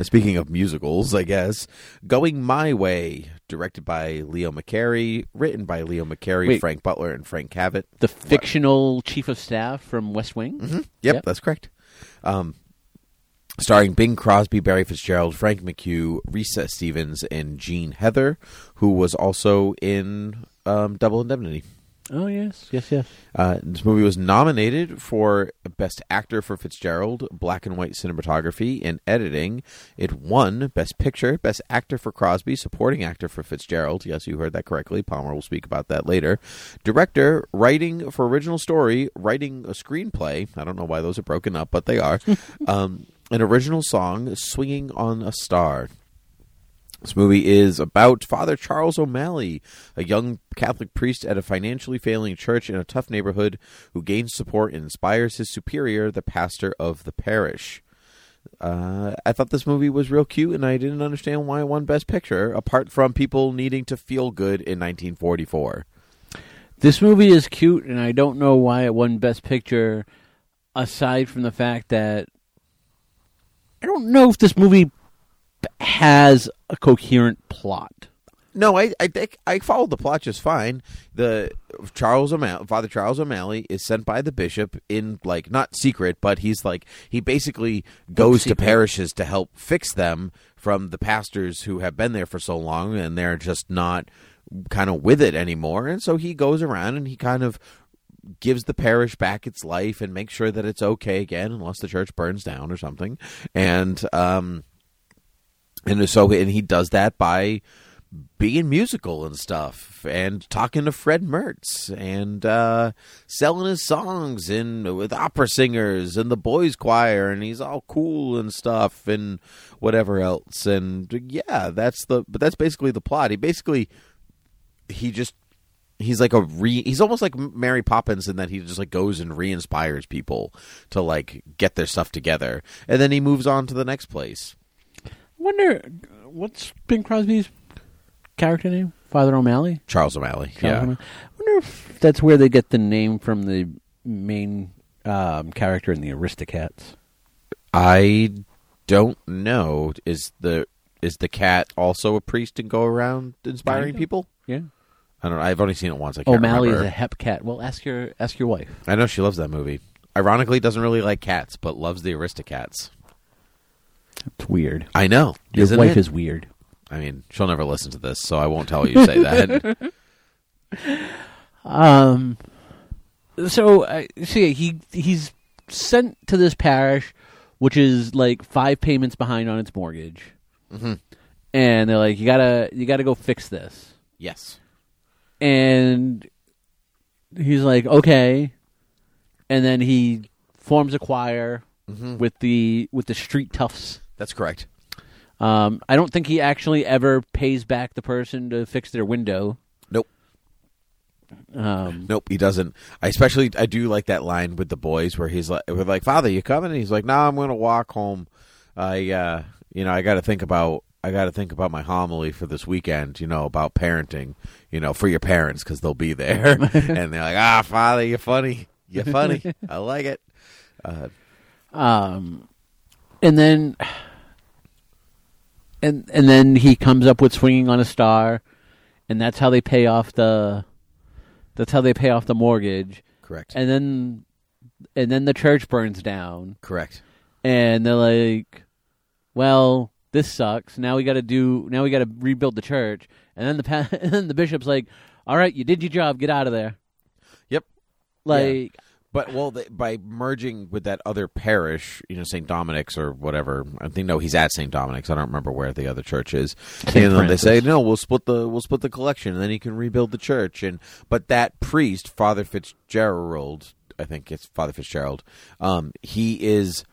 [SPEAKER 2] speaking of musicals, I guess "Going My Way," directed by Leo McCarey, written by Leo McCarey,
[SPEAKER 3] Wait.
[SPEAKER 2] Frank Butler, and Frank Cavett.
[SPEAKER 3] The fictional chief of staff from West Wing.
[SPEAKER 2] Yep,
[SPEAKER 3] Yep.
[SPEAKER 2] that's correct. Um, starring Bing Crosby, Barry Fitzgerald, Frank McHugh, Risa Stevens, and Gene Heather, who was also in um, Double Indemnity.
[SPEAKER 3] Oh, yes. Yes, yes.
[SPEAKER 2] Uh, this movie was nominated for Best Actor for Fitzgerald, Black and White Cinematography and Editing. It won Best Picture, Best Actor for Crosby, Supporting Actor for Fitzgerald. Yes, you heard that correctly. Palmer will speak about that later. Director, Writing for Original Story, Writing a Screenplay. I don't know why those are broken up, but they are. um, an original song, Swinging on a Star. This movie is about Father Charles O'Malley, a young Catholic priest at a financially failing church in a tough neighborhood who gains support and inspires his superior, the pastor of the parish. Uh, I thought this movie was real cute, and I didn't understand why it won Best Picture, apart from people needing to feel good in 1944.
[SPEAKER 3] This movie is cute, and I don't know why it won Best Picture, aside from the fact that I don't know if this movie has a coherent plot.
[SPEAKER 2] No, I I think I followed the plot just fine. The Charles O'Malley, Father Charles O'Malley, is sent by the bishop in like not secret, but he's like he basically goes to
[SPEAKER 3] secret?
[SPEAKER 2] parishes to help fix them from the pastors who have been there for so long and they're just not kind of with it anymore. And so he goes around and he kind of gives the parish back its life and makes sure that it's okay again, unless the church burns down or something. And um, and so and he does that by being musical and stuff and talking to Fred Mertz and uh, selling his songs and with opera singers and the boys choir and he's all cool and stuff and whatever else and yeah that's the but that's basically the plot he basically he just he's like a re he's almost like mary poppins in that he just like goes and re-inspires people to like get their stuff together and then he moves on to the next place
[SPEAKER 3] I wonder what's Bing Crosby's character name, Father O'Malley.
[SPEAKER 2] charles o'malley
[SPEAKER 3] Charles
[SPEAKER 2] yeah
[SPEAKER 3] O'Malley? I wonder if that's where they get the name from the main um, character in the Aristocats.
[SPEAKER 2] i don't know is the is the cat also a priest and go around inspiring
[SPEAKER 3] Kinda.
[SPEAKER 2] people
[SPEAKER 3] Yeah,
[SPEAKER 2] i don't know i've only seen it once i can't
[SPEAKER 3] O'Malley is
[SPEAKER 2] remember
[SPEAKER 3] a hep cat. Well, ask your ask your wife.
[SPEAKER 2] i know she loves that movie ironically doesn't really like cats but loves the aristocats
[SPEAKER 3] It's weird.
[SPEAKER 2] i know
[SPEAKER 3] Your
[SPEAKER 2] isn't
[SPEAKER 3] wife
[SPEAKER 2] it?
[SPEAKER 3] is weird.
[SPEAKER 2] i mean she'll never listen to this so i won't tell her you say that
[SPEAKER 3] Um, so I see he he's sent to this parish, which is like five payments behind on its mortgage, and they're like, you gotta you gotta go fix this,
[SPEAKER 2] yes
[SPEAKER 3] and he's like, okay, and then he forms a choir with the with the street toughs.
[SPEAKER 2] That's correct.
[SPEAKER 3] Um, I don't think he actually ever pays back the person to fix their window.
[SPEAKER 2] Nope.
[SPEAKER 3] Um,
[SPEAKER 2] Nope, he doesn't. I especially I do like that line with the boys where he's like, "We're like, Father, you coming?" And he's like, "No, I'm going to walk home. I, uh, you know, I got to think about." I got to think about my homily for this weekend, you know, about parenting, you know, for your parents because they'll be there. and they're like, ah, father, you're funny. You're funny. I like it.
[SPEAKER 3] um, and then, and and then he comes up with swinging on a star, and that's how they pay off the, that's how they pay off the mortgage,
[SPEAKER 2] Correct.
[SPEAKER 3] and then, and then the church burns down,
[SPEAKER 2] Correct.
[SPEAKER 3] and they're like, well, this sucks. Now we got to do, now we got to rebuild the church, and then the pa- and then the bishop's like, all right, you did your job, get out of there,
[SPEAKER 2] Yep.
[SPEAKER 3] like.
[SPEAKER 2] But well, they, by merging with that other parish, you know, St. Dominic's or whatever. I think no, he's at St. Dominic's. I don't remember where the other church is. and then they
[SPEAKER 3] Francis.
[SPEAKER 2] say no, we'll split the we'll split the collection, and then you can rebuild the church. And but that priest, Father Fitzgerald, I think it's Father Fitzgerald. Um, he is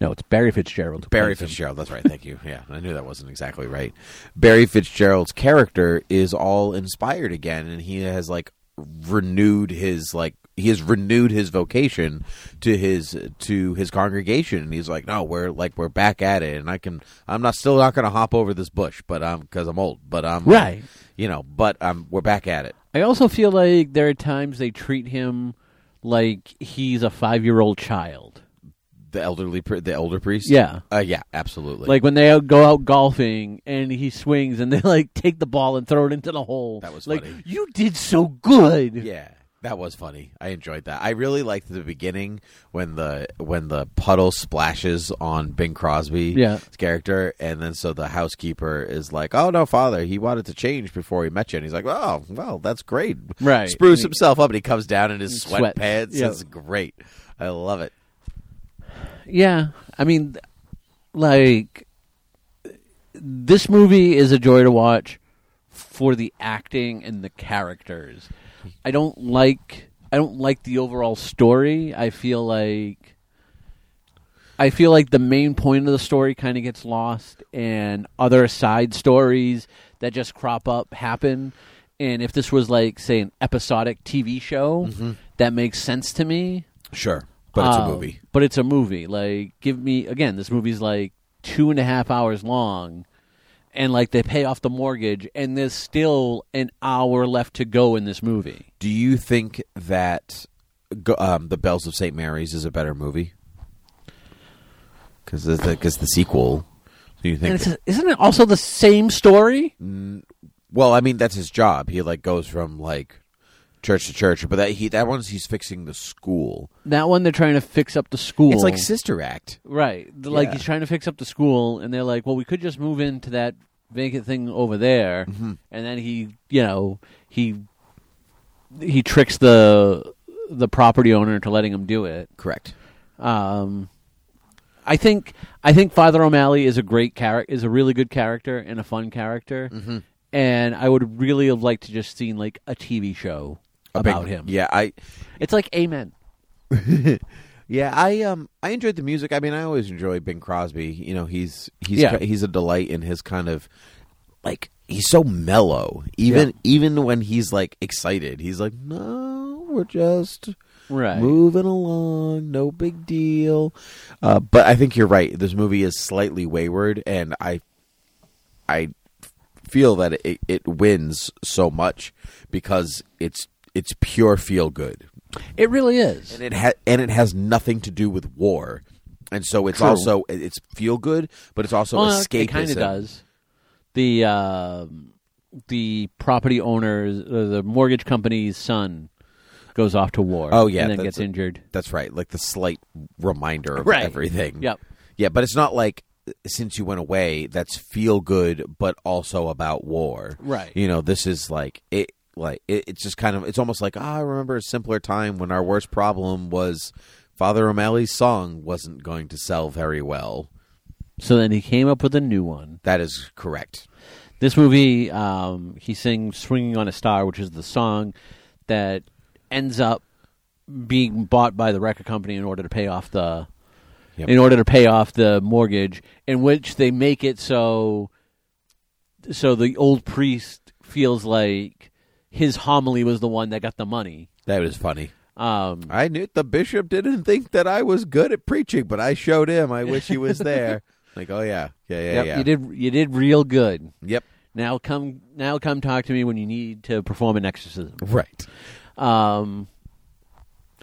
[SPEAKER 3] No, it's Barry Fitzgerald. who
[SPEAKER 2] Barry
[SPEAKER 3] plays him.
[SPEAKER 2] Fitzgerald. That's right. Thank you. Yeah, I knew that wasn't exactly right. Barry Fitzgerald's character is all inspired again, and he has like renewed his like he has renewed his vocation to his to his congregation and he's like no we're like we're back at it and i can i'm not still not gonna hop over this bush but i'm because i'm old but i'm uh,
[SPEAKER 3] Right.
[SPEAKER 2] you know but i'm we're back at it
[SPEAKER 3] I also feel like there are times they treat him like he's a five year old child.
[SPEAKER 2] the elderly pri- the elder priest
[SPEAKER 3] Yeah.
[SPEAKER 2] uh, yeah absolutely
[SPEAKER 3] Like when they out- go out golfing and he swings and they like take the ball and throw it into the hole.
[SPEAKER 2] That was
[SPEAKER 3] like
[SPEAKER 2] funny.
[SPEAKER 3] you did so good.
[SPEAKER 2] Yeah, that was funny. I enjoyed that. I really liked the beginning when the when the puddle splashes on Bing Crosby's
[SPEAKER 3] Yeah.
[SPEAKER 2] character, and then so the housekeeper is like, "Oh no, father, he wanted to change before he met you," and he's like, "Oh, well, that's great."
[SPEAKER 3] Right.
[SPEAKER 2] spruce himself up, and he comes down in his
[SPEAKER 3] Sweats.
[SPEAKER 2] sweatpants.
[SPEAKER 3] Yeah.
[SPEAKER 2] It's great. I love it.
[SPEAKER 3] Yeah. I mean, th- like this movie is a joy to watch for the acting and the characters. I don't like I don't like the overall story. I feel like I feel like the main point of the story kind of gets lost and other side stories that just crop up happen. And if this was like say an episodic TV show, that makes sense to me.
[SPEAKER 2] Sure, but it's a
[SPEAKER 3] Um,
[SPEAKER 2] movie.
[SPEAKER 3] But it's a movie. Like, give me again. This movie's like two and a half hours long, and like they pay off the mortgage, and there's still an hour left to go in this movie.
[SPEAKER 2] Do you think that go- um, the Bells of St. Mary's is a better movie? Because the, 'cause the sequel. Do you think?
[SPEAKER 3] And it's, isn't it also the same story?
[SPEAKER 2] Well, I mean that's his job. He like goes from like church to church, but that he that one's he's fixing the school.
[SPEAKER 3] That one they're trying to fix up the school.
[SPEAKER 2] It's like Sister Act.
[SPEAKER 3] right, The- like
[SPEAKER 2] Yeah.
[SPEAKER 3] he's trying to fix up the school, and they're like, well, we could just move into that vacant thing over there,
[SPEAKER 2] Mm-hmm.
[SPEAKER 3] and then he, you know, he he tricks the the property owner into letting him do it.
[SPEAKER 2] Correct.
[SPEAKER 3] Um, I think I think Father O'Malley is a great character, is a really good character and a fun character,
[SPEAKER 2] Mm-hmm.
[SPEAKER 3] and I would really have liked to just seen like a TV show about him.
[SPEAKER 2] Yeah, I
[SPEAKER 3] It's like Amen.
[SPEAKER 2] yeah, I um I enjoyed the music. I mean, I always enjoy Bing Crosby. You know, he's he's
[SPEAKER 3] Yeah.
[SPEAKER 2] he's a delight in his kind of like he's so mellow. Even even when he's like excited, he's like, "No, we're just
[SPEAKER 3] Right.
[SPEAKER 2] moving along, no big deal. Uh, but I think you're right. This movie is slightly wayward, and I, I feel that it, it wins so much because it's it's pure feel good,
[SPEAKER 3] It really is.
[SPEAKER 2] and it ha- and it has nothing to do with war, and so it's
[SPEAKER 3] True.
[SPEAKER 2] also it's feel good, but it's also
[SPEAKER 3] Well,
[SPEAKER 2] escapism.
[SPEAKER 3] It kind of does. The um the property owner's uh, the mortgage company's son goes off to war.
[SPEAKER 2] Oh, yeah,
[SPEAKER 3] and then
[SPEAKER 2] that's
[SPEAKER 3] gets
[SPEAKER 2] a-
[SPEAKER 3] injured.
[SPEAKER 2] That's right, like the slight reminder of
[SPEAKER 3] Right.
[SPEAKER 2] everything.
[SPEAKER 3] Yep.
[SPEAKER 2] Yeah, but it's not like since you went away that's feel good but also about war.
[SPEAKER 3] Right.
[SPEAKER 2] You know, this is like it like it, it's just kind of it's almost like ah, I remember a simpler time when our worst problem was Father O'Malley's song wasn't going to sell very well.
[SPEAKER 3] So then he came up with a new one.
[SPEAKER 2] That is correct.
[SPEAKER 3] This movie, um, he sings "Swinging on a Star," which is the song that ends up being bought by the record company in order to pay off the
[SPEAKER 2] Yep.
[SPEAKER 3] in order to pay off the mortgage. In which they make it so so the old priest feels like his homily was the one that got the money.
[SPEAKER 2] That was funny.
[SPEAKER 3] Um,
[SPEAKER 2] I knew the bishop didn't think that I was good at preaching, but I showed him. I wish he was there. like, oh yeah, yeah, yeah,
[SPEAKER 3] yep,
[SPEAKER 2] yeah.
[SPEAKER 3] you did you did real good.
[SPEAKER 2] Yep.
[SPEAKER 3] Now come now come talk to me when you need to perform an exorcism.
[SPEAKER 2] Right.
[SPEAKER 3] Um,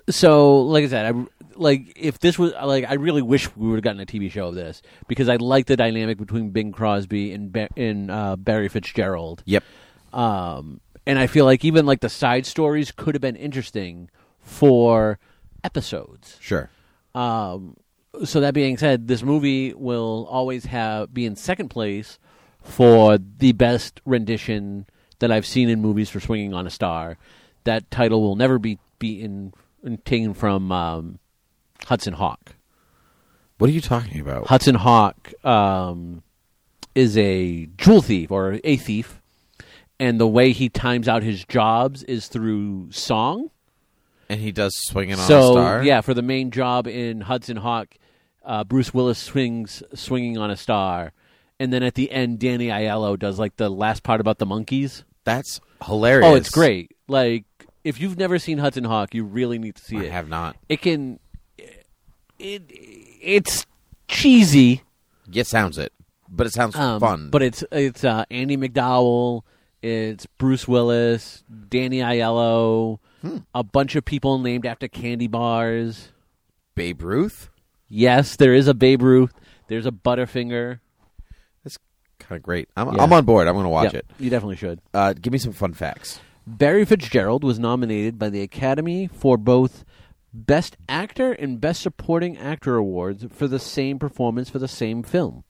[SPEAKER 3] so like I said, I like if this was like I really wish we would have gotten a TV show of this because I like the dynamic between Bing Crosby and Ba- and uh, Barry Fitzgerald.
[SPEAKER 2] Yep.
[SPEAKER 3] Um, and I feel like even like the side stories could have been interesting for episodes.
[SPEAKER 2] Sure.
[SPEAKER 3] Um, so that being said, this movie will always have be in second place for the best rendition that I've seen in movies for swinging on a star. That title will never be beaten and taken from um, Hudson Hawk.
[SPEAKER 2] What are you talking about?
[SPEAKER 3] Hudson Hawk um, is a jewel thief or a thief, and the way he times out his jobs is through song
[SPEAKER 2] and he does swinging on
[SPEAKER 3] so
[SPEAKER 2] a star.
[SPEAKER 3] yeah, for the main job in Hudson Hawk, uh, Bruce Willis swings swinging on a star, and then at the end, Danny Aiello does like the last part about the monkeys.
[SPEAKER 2] That's hilarious.
[SPEAKER 3] Oh, it's great! Like if you've never seen Hudson Hawk, you really need to see
[SPEAKER 2] I
[SPEAKER 3] it.
[SPEAKER 2] have not.
[SPEAKER 3] It can, it it's cheesy,
[SPEAKER 2] It sounds it, but it sounds
[SPEAKER 3] um,
[SPEAKER 2] fun.
[SPEAKER 3] but it's it's uh, Andy McDowell, it's Bruce Willis, Danny Aiello,
[SPEAKER 2] Hmm.
[SPEAKER 3] a bunch of people named after candy bars.
[SPEAKER 2] Babe Ruth.
[SPEAKER 3] Yes, there is a Babe Ruth. There's a Butterfinger.
[SPEAKER 2] That's kind of great. I'm,
[SPEAKER 3] Yeah.
[SPEAKER 2] I'm on board. I'm going to watch
[SPEAKER 3] Yep,
[SPEAKER 2] it.
[SPEAKER 3] You definitely should.
[SPEAKER 2] Uh, give me some fun facts.
[SPEAKER 3] Barry Fitzgerald was nominated by the Academy for both Best Actor and Best Supporting Actor awards for the same performance for the same film.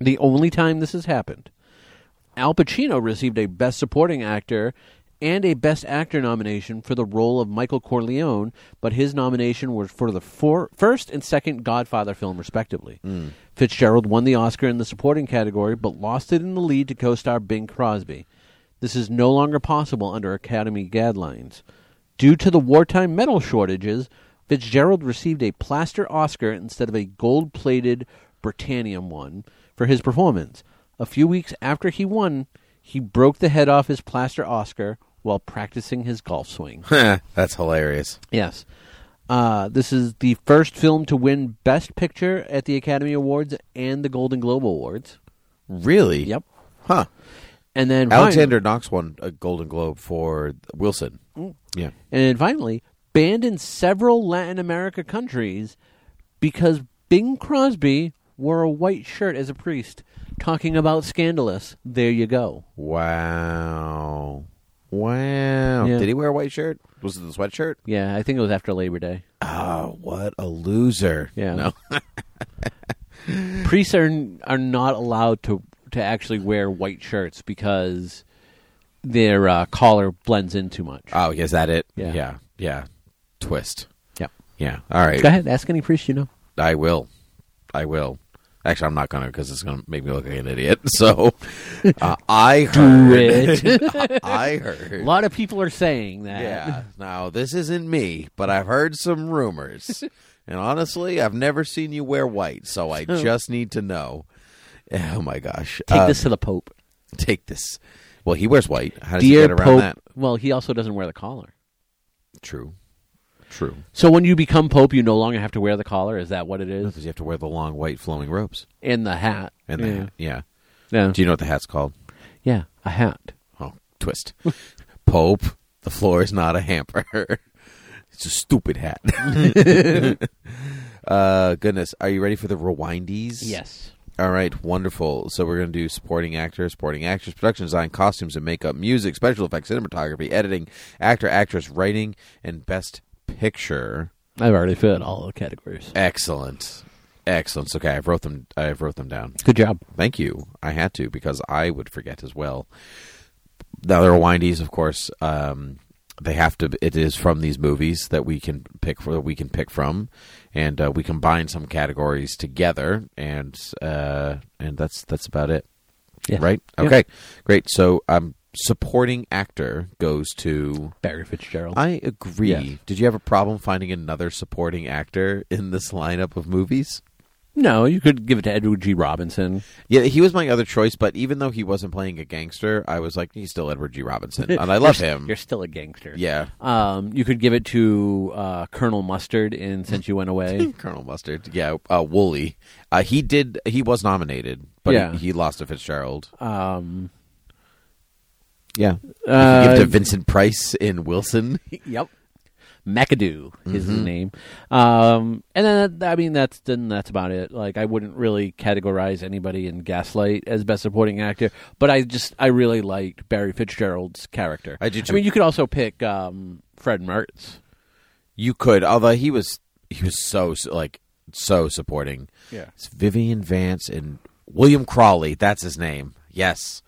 [SPEAKER 3] The only time this has happened. Al Pacino received a Best Supporting Actor and a Best Actor nomination for the role of Michael Corleone, but his nomination was for the four, first and second Godfather film, respectively. Fitzgerald won the Oscar in the supporting category, but lost it in the lead to co star Bing Crosby. This is no longer possible under Academy guidelines. Due to the wartime metal shortages, Fitzgerald received a plaster Oscar instead of a gold plated Britannium one for his performance. A few weeks after he won, he broke the head off his plaster Oscar while practicing his golf swing.
[SPEAKER 2] That's hilarious.
[SPEAKER 3] Yes. Uh, this is the first film to win Best Picture at the Academy Awards and the Golden Globe Awards.
[SPEAKER 2] Really?
[SPEAKER 3] Yep.
[SPEAKER 2] Huh.
[SPEAKER 3] And then finally-
[SPEAKER 2] Alexander Knox won a Golden Globe for Wilson. Yeah.
[SPEAKER 3] And then finally, banned in several Latin America countries because Bing Crosby wore a white shirt as a priest talking about scandalous. There you go.
[SPEAKER 2] Wow. Wow.
[SPEAKER 3] Yeah.
[SPEAKER 2] Did he wear a white shirt? Was it the sweatshirt?
[SPEAKER 3] Yeah, I think it was after Labor Day.
[SPEAKER 2] Oh, what a loser.
[SPEAKER 3] Yeah.
[SPEAKER 2] No.
[SPEAKER 3] Priests are are not allowed to to actually wear white shirts because their uh, collar blends in too much.
[SPEAKER 2] Oh, is that it?
[SPEAKER 3] Yeah.
[SPEAKER 2] Yeah. Yeah. Twist.
[SPEAKER 3] yeah.
[SPEAKER 2] Yeah. All right.
[SPEAKER 3] Go ahead, ask any priest you know.
[SPEAKER 2] I will. I will. Actually, I'm not gonna because it's gonna make me look like an idiot. So, uh, I heard. I
[SPEAKER 3] a
[SPEAKER 2] heard.
[SPEAKER 3] lot of people are saying that.
[SPEAKER 2] Yeah. Now this isn't me, but I've heard some rumors, and honestly, I've never seen you wear white, so I just need to know. Oh my gosh!
[SPEAKER 3] Take
[SPEAKER 2] Uh,
[SPEAKER 3] this to the Pope.
[SPEAKER 2] Take this. Well, he wears white. How does he
[SPEAKER 3] Dear
[SPEAKER 2] get around
[SPEAKER 3] Pope.
[SPEAKER 2] that?
[SPEAKER 3] Well, he also doesn't wear the collar.
[SPEAKER 2] True. True.
[SPEAKER 3] So when you become pope, you no longer have to wear the collar. Is that what it is?
[SPEAKER 2] Because you have to wear the long white flowing robes
[SPEAKER 3] And the hat.
[SPEAKER 2] and
[SPEAKER 3] yeah.
[SPEAKER 2] the hat. Yeah.
[SPEAKER 3] Yeah.
[SPEAKER 2] Do you know what the hat's called?
[SPEAKER 3] Yeah, a hat.
[SPEAKER 2] Oh, twist. Pope, the floor is not a hamper. it's a stupid hat. uh, goodness. Are you ready for the rewindies?
[SPEAKER 3] Yes.
[SPEAKER 2] All right, wonderful. So we're going to do supporting actor, supporting actress, production design, costumes and makeup, music, special effects, cinematography, editing, actor, actress, writing, and best picture.
[SPEAKER 3] I've already filled all the categories.
[SPEAKER 2] Excellent. Excellent. Okay, I've wrote them I've wrote them down.
[SPEAKER 3] Good job.
[SPEAKER 2] Thank you. I had to because I would forget as well. Now there are windies, of course. Um, they have to. It is from these movies that we can pick for. We can pick from, and uh, we combine some categories together, and uh, and that's that's about it.
[SPEAKER 3] Yeah.
[SPEAKER 2] Right?
[SPEAKER 3] Yeah.
[SPEAKER 2] Okay. Great. So, um, supporting actor goes to.
[SPEAKER 3] Barry Fitzgerald.
[SPEAKER 2] I agree.
[SPEAKER 3] Yes.
[SPEAKER 2] Did you have a problem finding another supporting actor in this lineup of movies?
[SPEAKER 3] No, you could give it to Edward G. Robinson.
[SPEAKER 2] Yeah, he was my other choice, but even though he wasn't playing a gangster, I was like, he's still Edward G. Robinson, and I love
[SPEAKER 3] You're s-
[SPEAKER 2] him.
[SPEAKER 3] You're still a gangster.
[SPEAKER 2] Yeah,
[SPEAKER 3] Um, you could give it to uh, Colonel Mustard in Since You Went Away.
[SPEAKER 2] Colonel Mustard. Yeah, uh, Wooly. Uh, he did. He was nominated, but
[SPEAKER 3] Yeah.
[SPEAKER 2] he, he lost to Fitzgerald.
[SPEAKER 3] Um,
[SPEAKER 2] Yeah,
[SPEAKER 3] uh,
[SPEAKER 2] you could give to Vincent Price in Wilson.
[SPEAKER 3] Yep. McAdoo is
[SPEAKER 2] Mm-hmm.
[SPEAKER 3] his name. Um, and then that- I mean that's then that's about it. Like I wouldn't really categorize anybody in Gaslight as best supporting actor, but I just I really liked Barry Fitzgerald's character.
[SPEAKER 2] I do,
[SPEAKER 3] I
[SPEAKER 2] too.
[SPEAKER 3] mean you could also pick um, Fred Mertz.
[SPEAKER 2] You could, although he was he was so like so supporting.
[SPEAKER 3] Yeah.
[SPEAKER 2] It's Vivian Vance and William Crawley. That's his name. Yes,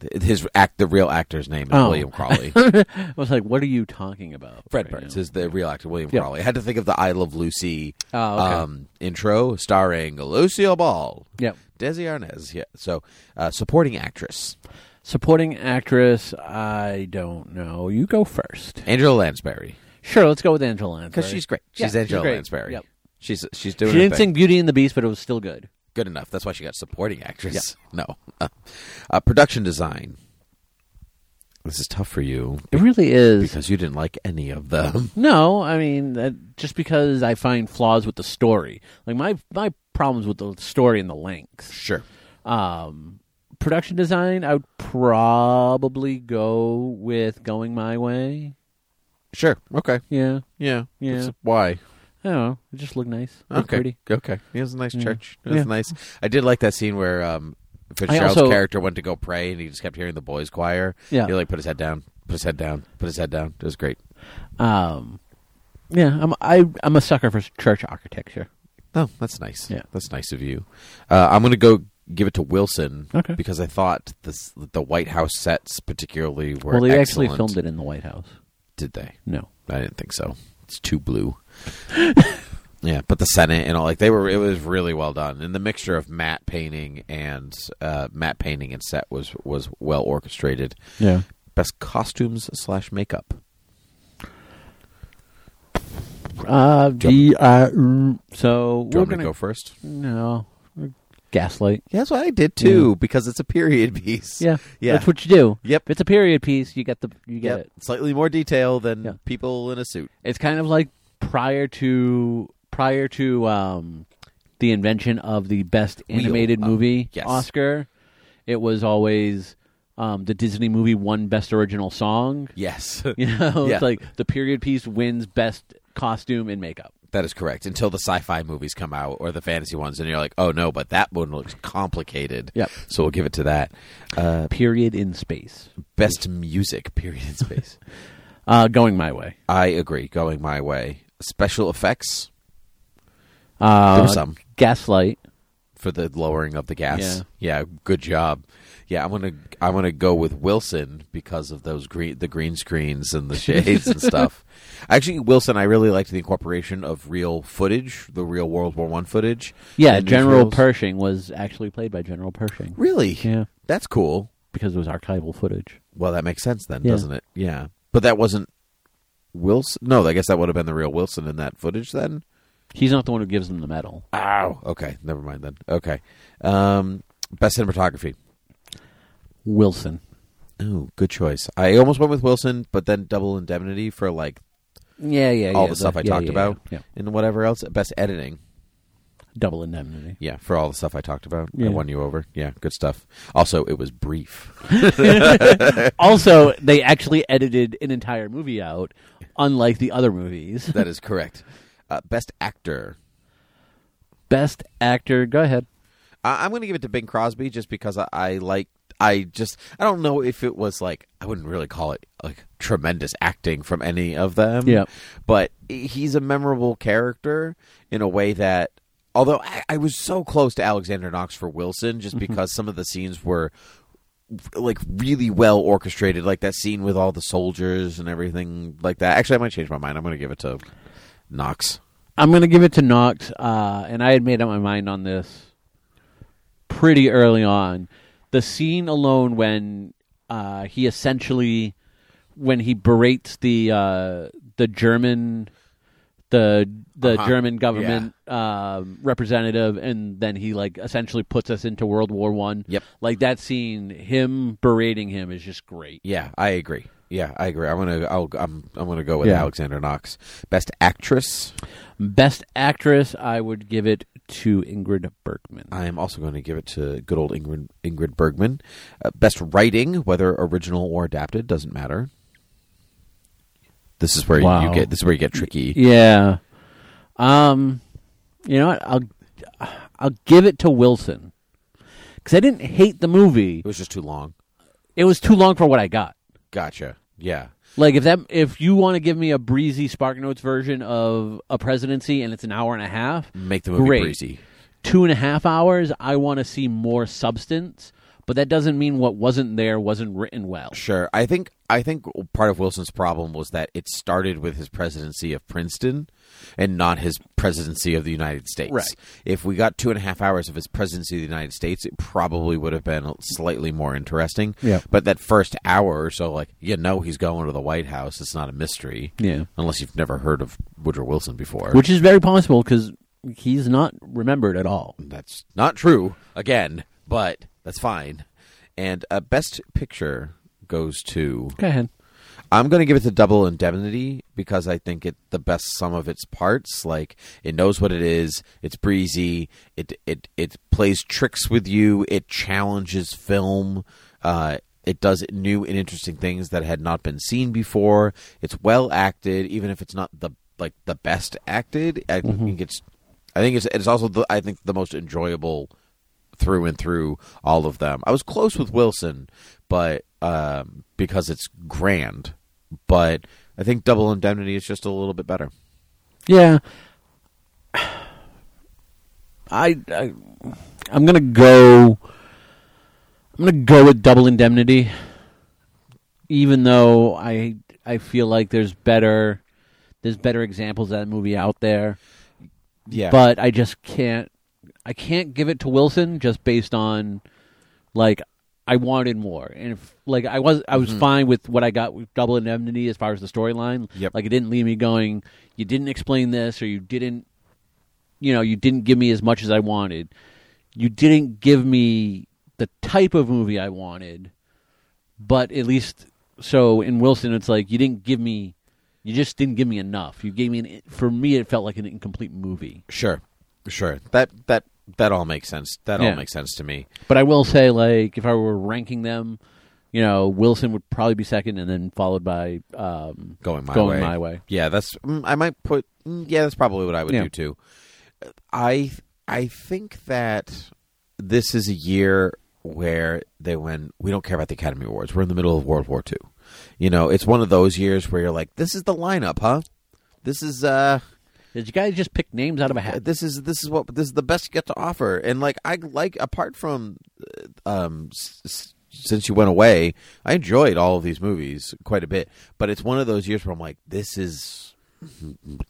[SPEAKER 2] Th- his act the real actor's name is
[SPEAKER 3] Oh.
[SPEAKER 2] William Crawley.
[SPEAKER 3] I was like, what are you talking about?
[SPEAKER 2] Fred
[SPEAKER 3] right
[SPEAKER 2] Burns
[SPEAKER 3] now?
[SPEAKER 2] is the real actor, William
[SPEAKER 3] Yeah.
[SPEAKER 2] Crawley. I had to think of the I Love Lucy
[SPEAKER 3] Oh, okay.
[SPEAKER 2] um, intro starring Lucille Ball.
[SPEAKER 3] Yep.
[SPEAKER 2] Desi Arnaz. Yeah. So, uh, supporting actress
[SPEAKER 3] Supporting actress, I don't know. You go first.
[SPEAKER 2] Angela Lansbury
[SPEAKER 3] Sure, let's go with Angela Lansbury.
[SPEAKER 2] because she's great.
[SPEAKER 3] Yeah,
[SPEAKER 2] She's Angela
[SPEAKER 3] great.
[SPEAKER 2] Lansbury.
[SPEAKER 3] Yep.
[SPEAKER 2] She's she's
[SPEAKER 3] She
[SPEAKER 2] doing. her
[SPEAKER 3] didn't
[SPEAKER 2] thing.
[SPEAKER 3] sing Beauty and the Beast, but it was still good.
[SPEAKER 2] good enough. That's why she got supporting actress. No, uh, production design. This is tough for you
[SPEAKER 3] It really is.
[SPEAKER 2] because you didn't like any of them.
[SPEAKER 3] No, I mean that just because I find flaws with the story, like my my problems with the story and the length.
[SPEAKER 2] Sure.
[SPEAKER 3] Um, production design, I would probably go with "Going My Way."
[SPEAKER 2] Sure. Okay.
[SPEAKER 3] Yeah,
[SPEAKER 2] Yeah.
[SPEAKER 3] Yeah.
[SPEAKER 2] That's why?
[SPEAKER 3] I don't know. It just looked nice. It looked
[SPEAKER 2] Okay.
[SPEAKER 3] pretty.
[SPEAKER 2] Okay. It was a nice church. It was
[SPEAKER 3] Yeah.
[SPEAKER 2] nice. I did like that scene where um, Fitzgerald's
[SPEAKER 3] also-
[SPEAKER 2] character went to go pray and he just kept hearing the boys' choir.
[SPEAKER 3] Yeah.
[SPEAKER 2] He like put his head down, put his head down, put his head down. It was great.
[SPEAKER 3] Um, yeah, I'm I I'm a sucker for church architecture.
[SPEAKER 2] Oh, that's nice.
[SPEAKER 3] Yeah.
[SPEAKER 2] That's nice of you. Uh, I'm going to go give it to Wilson
[SPEAKER 3] Okay.
[SPEAKER 2] because I thought this, the White House sets particularly were
[SPEAKER 3] well, they
[SPEAKER 2] excellent.
[SPEAKER 3] actually filmed it in the White House.
[SPEAKER 2] Did they?
[SPEAKER 3] No,
[SPEAKER 2] I didn't think so. It's too blue. yeah, but the Senate and all like they were. It was really well done, and the mixture of matte painting and uh, matte painting and set was was well orchestrated.
[SPEAKER 3] yeah,
[SPEAKER 2] Best costumes slash makeup.
[SPEAKER 3] uh, the uh, so
[SPEAKER 2] Do you
[SPEAKER 3] we're
[SPEAKER 2] want me to
[SPEAKER 3] gonna
[SPEAKER 2] go first?
[SPEAKER 3] no gaslight.
[SPEAKER 2] Yeah, that's what I did too, because it's a period piece.
[SPEAKER 3] Yeah,
[SPEAKER 2] yeah.
[SPEAKER 3] That's what you do.
[SPEAKER 2] Yep.
[SPEAKER 3] If it's a period piece, you get the you get
[SPEAKER 2] Yep.
[SPEAKER 3] it.
[SPEAKER 2] Slightly more detail than
[SPEAKER 3] Yeah.
[SPEAKER 2] people in a suit.
[SPEAKER 3] It's kind of like prior to prior to um, the invention of the best
[SPEAKER 2] Wheel.
[SPEAKER 3] animated
[SPEAKER 2] Uh,
[SPEAKER 3] movie
[SPEAKER 2] yes.
[SPEAKER 3] Oscar. It was always um, the Disney movie won best original song.
[SPEAKER 2] Yes,
[SPEAKER 3] You know,
[SPEAKER 2] Yeah.
[SPEAKER 3] it's like the period piece wins best costume and makeup.
[SPEAKER 2] that is correct. Until the sci-fi movies come out or the fantasy ones, and you're like, oh no, but that one looks complicated.
[SPEAKER 3] Yep.
[SPEAKER 2] So we'll give it to that. Uh,
[SPEAKER 3] Period in space.
[SPEAKER 2] best music period in space.
[SPEAKER 3] Uh, going my way.
[SPEAKER 2] I agree. Going my way. Special effects
[SPEAKER 3] Uh,
[SPEAKER 2] There was some.
[SPEAKER 3] Gaslight.
[SPEAKER 2] for the lowering of the gas. Yeah, good job. Yeah, I'm gonna I'm gonna go with Wilson because of those green the green screens and the shades and stuff. Actually, Wilson, I really liked the incorporation of real footage, the real World War One footage.
[SPEAKER 3] Yeah,
[SPEAKER 2] and
[SPEAKER 3] General
[SPEAKER 2] newsreels.
[SPEAKER 3] Pershing was actually played by General Pershing
[SPEAKER 2] Really?
[SPEAKER 3] Yeah.
[SPEAKER 2] That's cool.
[SPEAKER 3] because it was archival footage.
[SPEAKER 2] Well, that makes sense then,
[SPEAKER 3] Yeah.
[SPEAKER 2] doesn't it? Yeah. But that wasn't Wilson. No, I guess that would have been the real Wilson in that footage then.
[SPEAKER 3] He's not the one who gives them the medal.
[SPEAKER 2] Ow. Okay, never mind then. Okay. Um, best cinematography.
[SPEAKER 3] Wilson.
[SPEAKER 2] Ooh, good choice. I almost went with Wilson, but then Double Indemnity for like
[SPEAKER 3] Yeah, yeah,
[SPEAKER 2] all the, stuff I talked about
[SPEAKER 3] Yeah,
[SPEAKER 2] and whatever else. Best editing.
[SPEAKER 3] double indemnity.
[SPEAKER 2] Yeah, for all the stuff I talked about. I
[SPEAKER 3] Yeah.
[SPEAKER 2] won you over. Yeah, good stuff. Also, it was brief.
[SPEAKER 3] also, they actually edited an entire movie out, unlike the other movies.
[SPEAKER 2] that is correct. Uh, best actor.
[SPEAKER 3] Best actor. Go ahead.
[SPEAKER 2] I- I'm going to give it to Bing Crosby just because I, I like. I just I don't know if it was like I wouldn't really call it like tremendous acting from any of them.
[SPEAKER 3] Yeah.
[SPEAKER 2] but he's a memorable character in a way that. Although I, I was so close to Alexander Knox for Wilson, just because some of the scenes were like really well orchestrated, like that scene with all the soldiers and everything like that. Actually, I might change my mind. I'm going to give it to Knox.
[SPEAKER 3] I'm going to give it to Knox, uh, and I had made up my mind on this pretty early on. The scene alone when uh, he essentially when he berates the uh, the German the the
[SPEAKER 2] Uh-huh.
[SPEAKER 3] German government um, representative, and then he like essentially puts us into World War One.
[SPEAKER 2] Yep.
[SPEAKER 3] like that scene, him berating him is just great.
[SPEAKER 2] Yeah, I agree. Yeah, I agree. I'm gonna I'll, I'm I'm gonna go with
[SPEAKER 3] Yeah.
[SPEAKER 2] Alexander Knox, best actress.
[SPEAKER 3] Best actress, I would give it to Ingrid Bergman.
[SPEAKER 2] I am also going to give it to good old Ingrid Ingrid Bergman. Uh, best writing, whether original or adapted, doesn't matter. This is where
[SPEAKER 3] Wow.
[SPEAKER 2] you get this is where you get tricky.
[SPEAKER 3] yeah, um, you know what? I'll I'll give it to Wilson because I didn't hate the movie.
[SPEAKER 2] It was just too long.
[SPEAKER 3] It was too long for what I got.
[SPEAKER 2] Gotcha. Yeah.
[SPEAKER 3] Like if that if you want to give me a breezy Spark Notes version of a presidency and it's an hour and a half,
[SPEAKER 2] Make the movie
[SPEAKER 3] Great.
[SPEAKER 2] breezy.
[SPEAKER 3] two and a half hours, I want to see more substance. But that doesn't mean what wasn't there wasn't written well.
[SPEAKER 2] Sure. I think I think part of Wilson's problem was that it started with his presidency of Princeton and not his presidency of the United States.
[SPEAKER 3] Right.
[SPEAKER 2] If we got two and a half hours of his presidency of the United States, it probably would have been slightly more interesting.
[SPEAKER 3] Yeah.
[SPEAKER 2] But that first hour or so, like you know, he's going to the White House. It's not a mystery.
[SPEAKER 3] Yeah.
[SPEAKER 2] Unless you've never heard of Woodrow Wilson before,
[SPEAKER 3] Which is very possible because he's not remembered at all.
[SPEAKER 2] that's not true again. But that's fine. And uh, best picture goes to
[SPEAKER 3] Go ahead.
[SPEAKER 2] I'm going to give it the double indemnity because I think it the best sum of its parts. Like it knows what it is. It's breezy. It it it plays tricks with you. It challenges film. Uh, it does new and interesting things that had not been seen before. It's well acted, even if it's not the like the best acted. I think it's. I think it's it's also the, I think the most enjoyable through and through all of them. I was close with Wilson, but um, because it's grand, but I think Double Indemnity is just a little bit better.
[SPEAKER 3] Yeah. I, I I'm gonna go. I'm gonna go with double indemnity. Even though I I feel like there's better there's better examples of that movie out there,
[SPEAKER 2] Yeah,
[SPEAKER 3] but I just can't I can't give it to Wilson just based on like I wanted more and if like I was I
[SPEAKER 2] Mm-hmm.
[SPEAKER 3] was fine with what I got with double indemnity as far as the storyline.
[SPEAKER 2] Yep.
[SPEAKER 3] Like it didn't leave me going you didn't explain this or you didn't you know, you didn't give me as much as I wanted. You didn't give me the type of movie I wanted. But at least so in Wilson it's like you didn't give me you just didn't give me enough. You gave me an for me it felt like an incomplete movie.
[SPEAKER 2] sure, sure. That that that all makes sense. That all
[SPEAKER 3] Yeah.
[SPEAKER 2] makes sense to me.
[SPEAKER 3] But I will say, like, if I were ranking them, you know, Wilson would probably be second, and then followed by um,
[SPEAKER 2] Going my way.
[SPEAKER 3] going my way.
[SPEAKER 2] Yeah, that's. mm, I might put. mm, Yeah, that's probably what I would
[SPEAKER 3] Yeah.
[SPEAKER 2] do too. I I think that this is a year where they went. We don't care about the Academy Awards. We're in the middle of World War II. You know, it's one of those years where you're like, this is the lineup, huh? This is uh,
[SPEAKER 3] Did you guys just pick names out of a hat?
[SPEAKER 2] this is this is what this is the best you get to offer and like i like apart from uh, um s- s- since you went away i enjoyed all of these movies quite a bit but it's one of those years where i'm like this is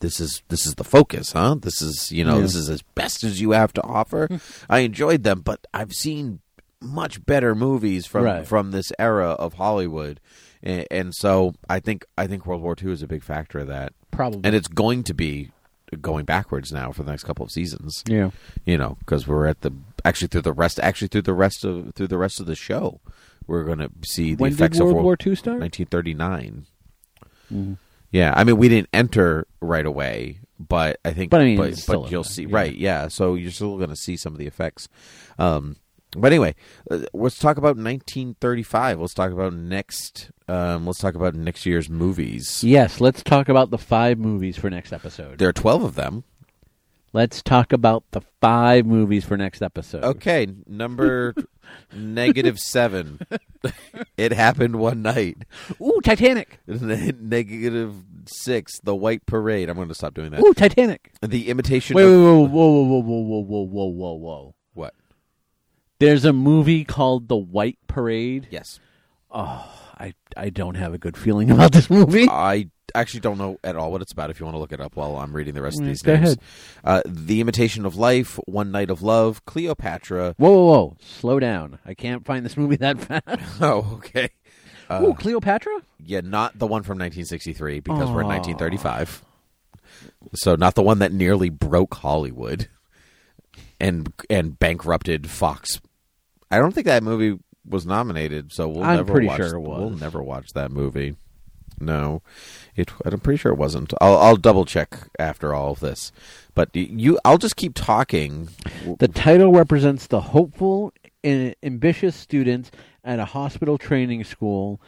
[SPEAKER 2] this is this is the focus huh this is you know
[SPEAKER 3] Yeah. Hmm.
[SPEAKER 2] this is as best as you have to offer i enjoyed them but i've seen much better movies from
[SPEAKER 3] Right.
[SPEAKER 2] from this era of hollywood and, and so i think i think world war ii is a big factor of that
[SPEAKER 3] Probably.
[SPEAKER 2] and it's going to be going backwards now for the next couple of seasons.
[SPEAKER 3] yeah.
[SPEAKER 2] You know, because we're at the actually through the rest actually through the rest of through the rest of the show, we're going to see the
[SPEAKER 3] When did
[SPEAKER 2] effects
[SPEAKER 3] World
[SPEAKER 2] of
[SPEAKER 3] War II start? Mm-hmm.
[SPEAKER 2] 1939. Yeah, I mean we didn't enter right away, but I think
[SPEAKER 3] But I mean,
[SPEAKER 2] but,
[SPEAKER 3] it's still
[SPEAKER 2] but you'll
[SPEAKER 3] a-
[SPEAKER 2] see
[SPEAKER 3] yeah.
[SPEAKER 2] right, yeah. So you're still going to see some of the effects. Um but anyway, uh, let's talk about 1935. Let's talk about next um let's talk about next year's movies.
[SPEAKER 3] Yes, let's talk about the five movies for next episode.
[SPEAKER 2] There are 12 of them.
[SPEAKER 3] Let's talk about the five movies for next episode.
[SPEAKER 2] Okay, number negative seven. it happened one night.
[SPEAKER 3] Ooh, Titanic.
[SPEAKER 2] negative six. The White Parade. I'm going to stop doing that.
[SPEAKER 3] Ooh, Titanic.
[SPEAKER 2] The imitation.
[SPEAKER 3] Wait,
[SPEAKER 2] of,
[SPEAKER 3] wait, whoa, whoa, whoa, whoa, whoa, whoa, whoa, whoa, whoa.
[SPEAKER 2] What?
[SPEAKER 3] There's a movie called The White Parade. Oh,
[SPEAKER 2] Yes.
[SPEAKER 3] I, I don't have a good feeling about this movie.
[SPEAKER 2] I actually don't know at all what it's about. If you want to look it up while I'm reading the rest of
[SPEAKER 3] Mm,
[SPEAKER 2] these
[SPEAKER 3] go
[SPEAKER 2] names,
[SPEAKER 3] ahead.
[SPEAKER 2] Uh, the imitation of life. One night of love. Cleopatra.
[SPEAKER 3] Whoa, whoa, whoa. Slow down. I can't find this movie that fast.
[SPEAKER 2] Oh, okay. Uh,
[SPEAKER 3] Ooh, Cleopatra?
[SPEAKER 2] yeah, not the one from 1963 because we're in
[SPEAKER 3] Aw.
[SPEAKER 2] 1935. So not the one that nearly broke Hollywood and and bankrupted Fox. I don't think that movie was nominated, so we'll
[SPEAKER 3] I'm
[SPEAKER 2] never
[SPEAKER 3] pretty
[SPEAKER 2] watch,
[SPEAKER 3] sure it
[SPEAKER 2] We'll
[SPEAKER 3] was.
[SPEAKER 2] never watch that movie. No, it. I'm pretty sure it wasn't. I'll, I'll double check after all of this. But y- you, I'll just keep talking.
[SPEAKER 3] The title represents the hopeful and ambitious students at a hospital training school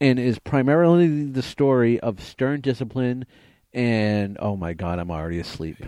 [SPEAKER 3] and is primarily the story of stern discipline and oh my god, I'm already asleep.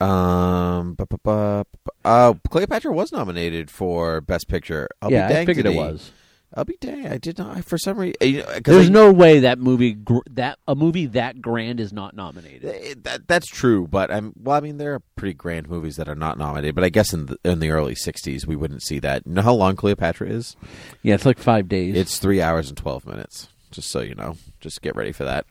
[SPEAKER 2] um, bu- bu- bu- bu- uh, Cleopatra was nominated for Best Picture. I'll
[SPEAKER 3] yeah,
[SPEAKER 2] be
[SPEAKER 3] I
[SPEAKER 2] dang
[SPEAKER 3] figured it
[SPEAKER 2] today.
[SPEAKER 3] was.
[SPEAKER 2] I'll be dang. I did not. I, for some reason, you know, 'cause
[SPEAKER 3] There's
[SPEAKER 2] I-
[SPEAKER 3] no way that movie gr- that a movie that grand is not nominated.
[SPEAKER 2] Eh, That that's true, but I'm well. I mean, there are pretty grand movies that are not nominated, but I guess in the, in the early '60s we wouldn't see that. You know how long Cleopatra is?
[SPEAKER 3] Yeah, it's like 5 days.
[SPEAKER 2] It's three hours and twelve minutes. Just so you know, just get ready for that.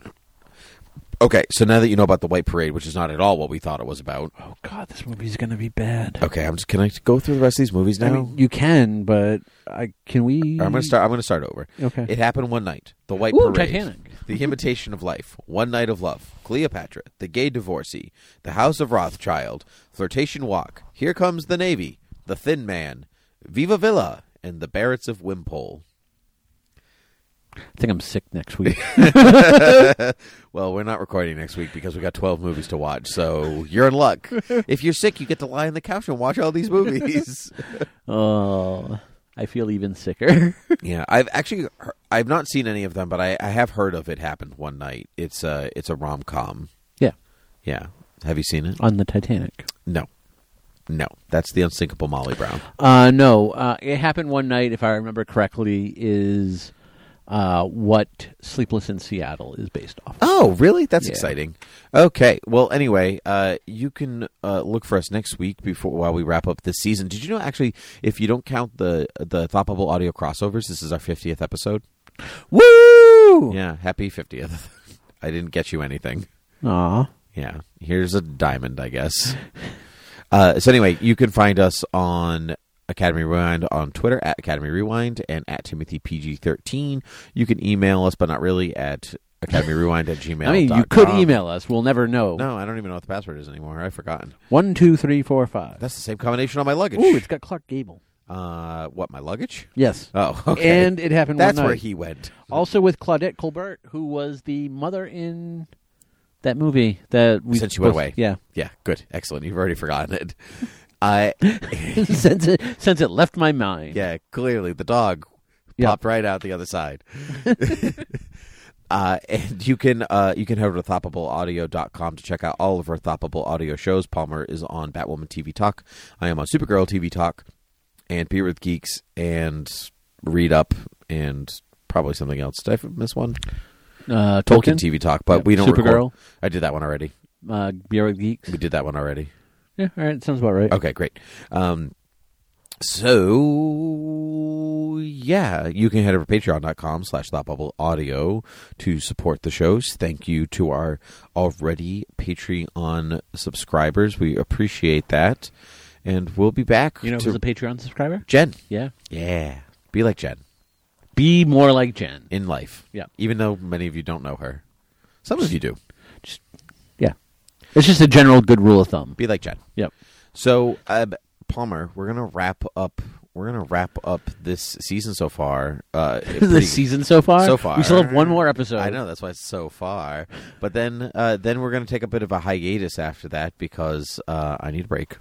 [SPEAKER 2] Okay, so now that you know about the White Parade, which is not at all what we thought it was about.
[SPEAKER 3] oh god, this movie's going to be bad.
[SPEAKER 2] Okay, I'm just can I go through the rest of these movies now?
[SPEAKER 3] I mean, you can, but I can we
[SPEAKER 2] I'm gonna start. I'm gonna start over.
[SPEAKER 3] Mm. Okay.
[SPEAKER 2] It happened one night. The White
[SPEAKER 3] Ooh,
[SPEAKER 2] Parade.
[SPEAKER 3] Titanic.
[SPEAKER 2] The Imitation of Life. One Night of Love. Cleopatra. The Gay Divorcee. The House of Rothschild. Flirtation Walk. Here Comes the Navy. The Thin Man. Viva Villa. And the Barretts of Wimpole.
[SPEAKER 3] I think I'm sick next week.
[SPEAKER 2] Well, we're not recording next week because we got 12 movies to watch, so you're in luck. if you're sick, you get to lie on the couch and watch all these movies.
[SPEAKER 3] oh, I feel even sicker.
[SPEAKER 2] Yeah, I've actually he- I've not seen any of them, but I, I have heard of it happened one night. It's a it's a rom com.
[SPEAKER 3] yeah,
[SPEAKER 2] Yeah, have you seen it?
[SPEAKER 3] on the Titanic.
[SPEAKER 2] No, no, that's the unsinkable Molly Brown.
[SPEAKER 3] Uh, no, uh, it happened one night, if I remember correctly, is uh, what Sleepless in Seattle is based off.
[SPEAKER 2] Oh, really? That's
[SPEAKER 3] Yeah.
[SPEAKER 2] exciting. Okay. Well, anyway, uh, you can uh, look for us next week before while we wrap up this season. Did you know actually, if you don't count the the Thought Bubble audio crossovers, this is our fiftieth episode.
[SPEAKER 3] Woo!
[SPEAKER 2] Yeah, happy fiftieth. I didn't get you anything.
[SPEAKER 3] Aw.
[SPEAKER 2] Yeah. Here's a diamond, I guess. Uh, so anyway, you can find us on Academy Rewind on Twitter at Academy Rewind and at Timothy PG thirteen. You can email us, but not really at Academy Rewind at gmail.
[SPEAKER 3] I mean, you could email us. We'll never know.
[SPEAKER 2] No, I don't even know what the password is anymore. I've forgotten.
[SPEAKER 3] One, two, three, four, five.
[SPEAKER 2] That's the same combination on my luggage.
[SPEAKER 3] Ooh, it's got Clark Gable.
[SPEAKER 2] uh, what my luggage?
[SPEAKER 3] Yes.
[SPEAKER 2] Oh, okay.
[SPEAKER 3] And it happened
[SPEAKER 2] that's
[SPEAKER 3] one
[SPEAKER 2] where
[SPEAKER 3] night.
[SPEAKER 2] he went.
[SPEAKER 3] Also with Claudette Colbert, who was the mother in that movie that we
[SPEAKER 2] Since you went
[SPEAKER 3] both-
[SPEAKER 2] away.
[SPEAKER 3] Yeah.
[SPEAKER 2] Yeah, good, excellent. You've already forgotten it. I
[SPEAKER 3] since it since it left my mind.
[SPEAKER 2] Yeah, clearly the dog
[SPEAKER 3] Yeah.
[SPEAKER 2] popped right out the other side. Uh, and you can uh, you can head over to thoppableaudio.com to check out all of our Thoppable audio shows. Palmer is on Batwoman TV Talk. I am on Supergirl TV Talk and Beer with Geeks and Read Up and probably something else. Did I miss one?
[SPEAKER 3] Uh,
[SPEAKER 2] Tolkien
[SPEAKER 3] Tolkien,
[SPEAKER 2] TV Talk, but
[SPEAKER 3] Yep.
[SPEAKER 2] we don't
[SPEAKER 3] Supergirl.
[SPEAKER 2] record- I did that one already.
[SPEAKER 3] uh, Bureau of Geeks.
[SPEAKER 2] We did that one already.
[SPEAKER 3] Yeah, all right, sounds about right.
[SPEAKER 2] Okay, great. Um, so yeah, you can head over to patreon.com slash thought bubble audio to support the shows. Thank you to our already Patreon subscribers. We appreciate that. And we'll be back
[SPEAKER 3] You know
[SPEAKER 2] to
[SPEAKER 3] who's a Patreon subscriber?
[SPEAKER 2] Jen.
[SPEAKER 3] Yeah.
[SPEAKER 2] Yeah. Be like Jen
[SPEAKER 3] Be more like Jen.
[SPEAKER 2] in life.
[SPEAKER 3] Yeah.
[SPEAKER 2] Even though many of you don't know her. Some of you do.
[SPEAKER 3] Just yeah. It's just a general good rule of thumb.
[SPEAKER 2] Be like Jen.
[SPEAKER 3] Yep.
[SPEAKER 2] So, uh, Palmer, we're gonna wrap up. We're gonna wrap up this season so far. Uh,
[SPEAKER 3] the
[SPEAKER 2] pretty-
[SPEAKER 3] season so far.
[SPEAKER 2] so far,
[SPEAKER 3] we still have one more episode.
[SPEAKER 2] I know that's why it's so far. But then, uh, then we're gonna take a bit of a hiatus after that because uh, I need a break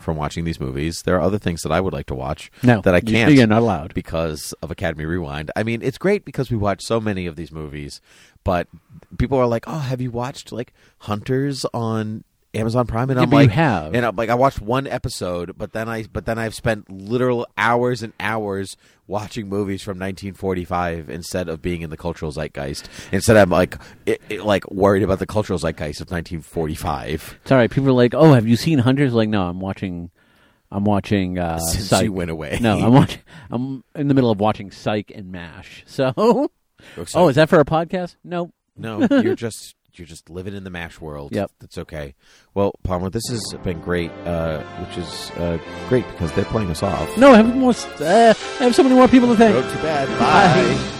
[SPEAKER 2] from watching these movies. There are other things that I would like to watch
[SPEAKER 3] No,
[SPEAKER 2] that I
[SPEAKER 3] you-
[SPEAKER 2] can't.
[SPEAKER 3] you're not allowed.
[SPEAKER 2] because of Academy Rewind. I mean, it's great because we watch so many of these movies, but people are like, "Oh, have you watched like Hunters on?" Amazon Prime and
[SPEAKER 3] Yeah,
[SPEAKER 2] I'm
[SPEAKER 3] but you
[SPEAKER 2] like
[SPEAKER 3] have.
[SPEAKER 2] and I'm like I watched one episode but then I but then I've spent literal hours and hours watching movies from 1945 instead of being in the cultural zeitgeist instead I'm like it, it, like worried about the cultural zeitgeist of 1945
[SPEAKER 3] It's all right. People are like, "Oh, have you seen Hunters?" Like, no, I'm watching. I'm watching. Uh,
[SPEAKER 2] Since
[SPEAKER 3] Psych.
[SPEAKER 2] you went away.
[SPEAKER 3] No, I'm watching. I'm in the middle of watching Psych and Mash. So,
[SPEAKER 2] Except-
[SPEAKER 3] oh, is that for a podcast? No.
[SPEAKER 2] No, you're just you're just living in the mash world.
[SPEAKER 3] Yep.
[SPEAKER 2] that's okay. Well, Palmer, this has been great, uh, which is uh, great because they're playing us off.
[SPEAKER 3] No, I have more. s- Uh, I have so many more people to thank.
[SPEAKER 2] Oh, too bad.
[SPEAKER 3] Bye.
[SPEAKER 2] Bye.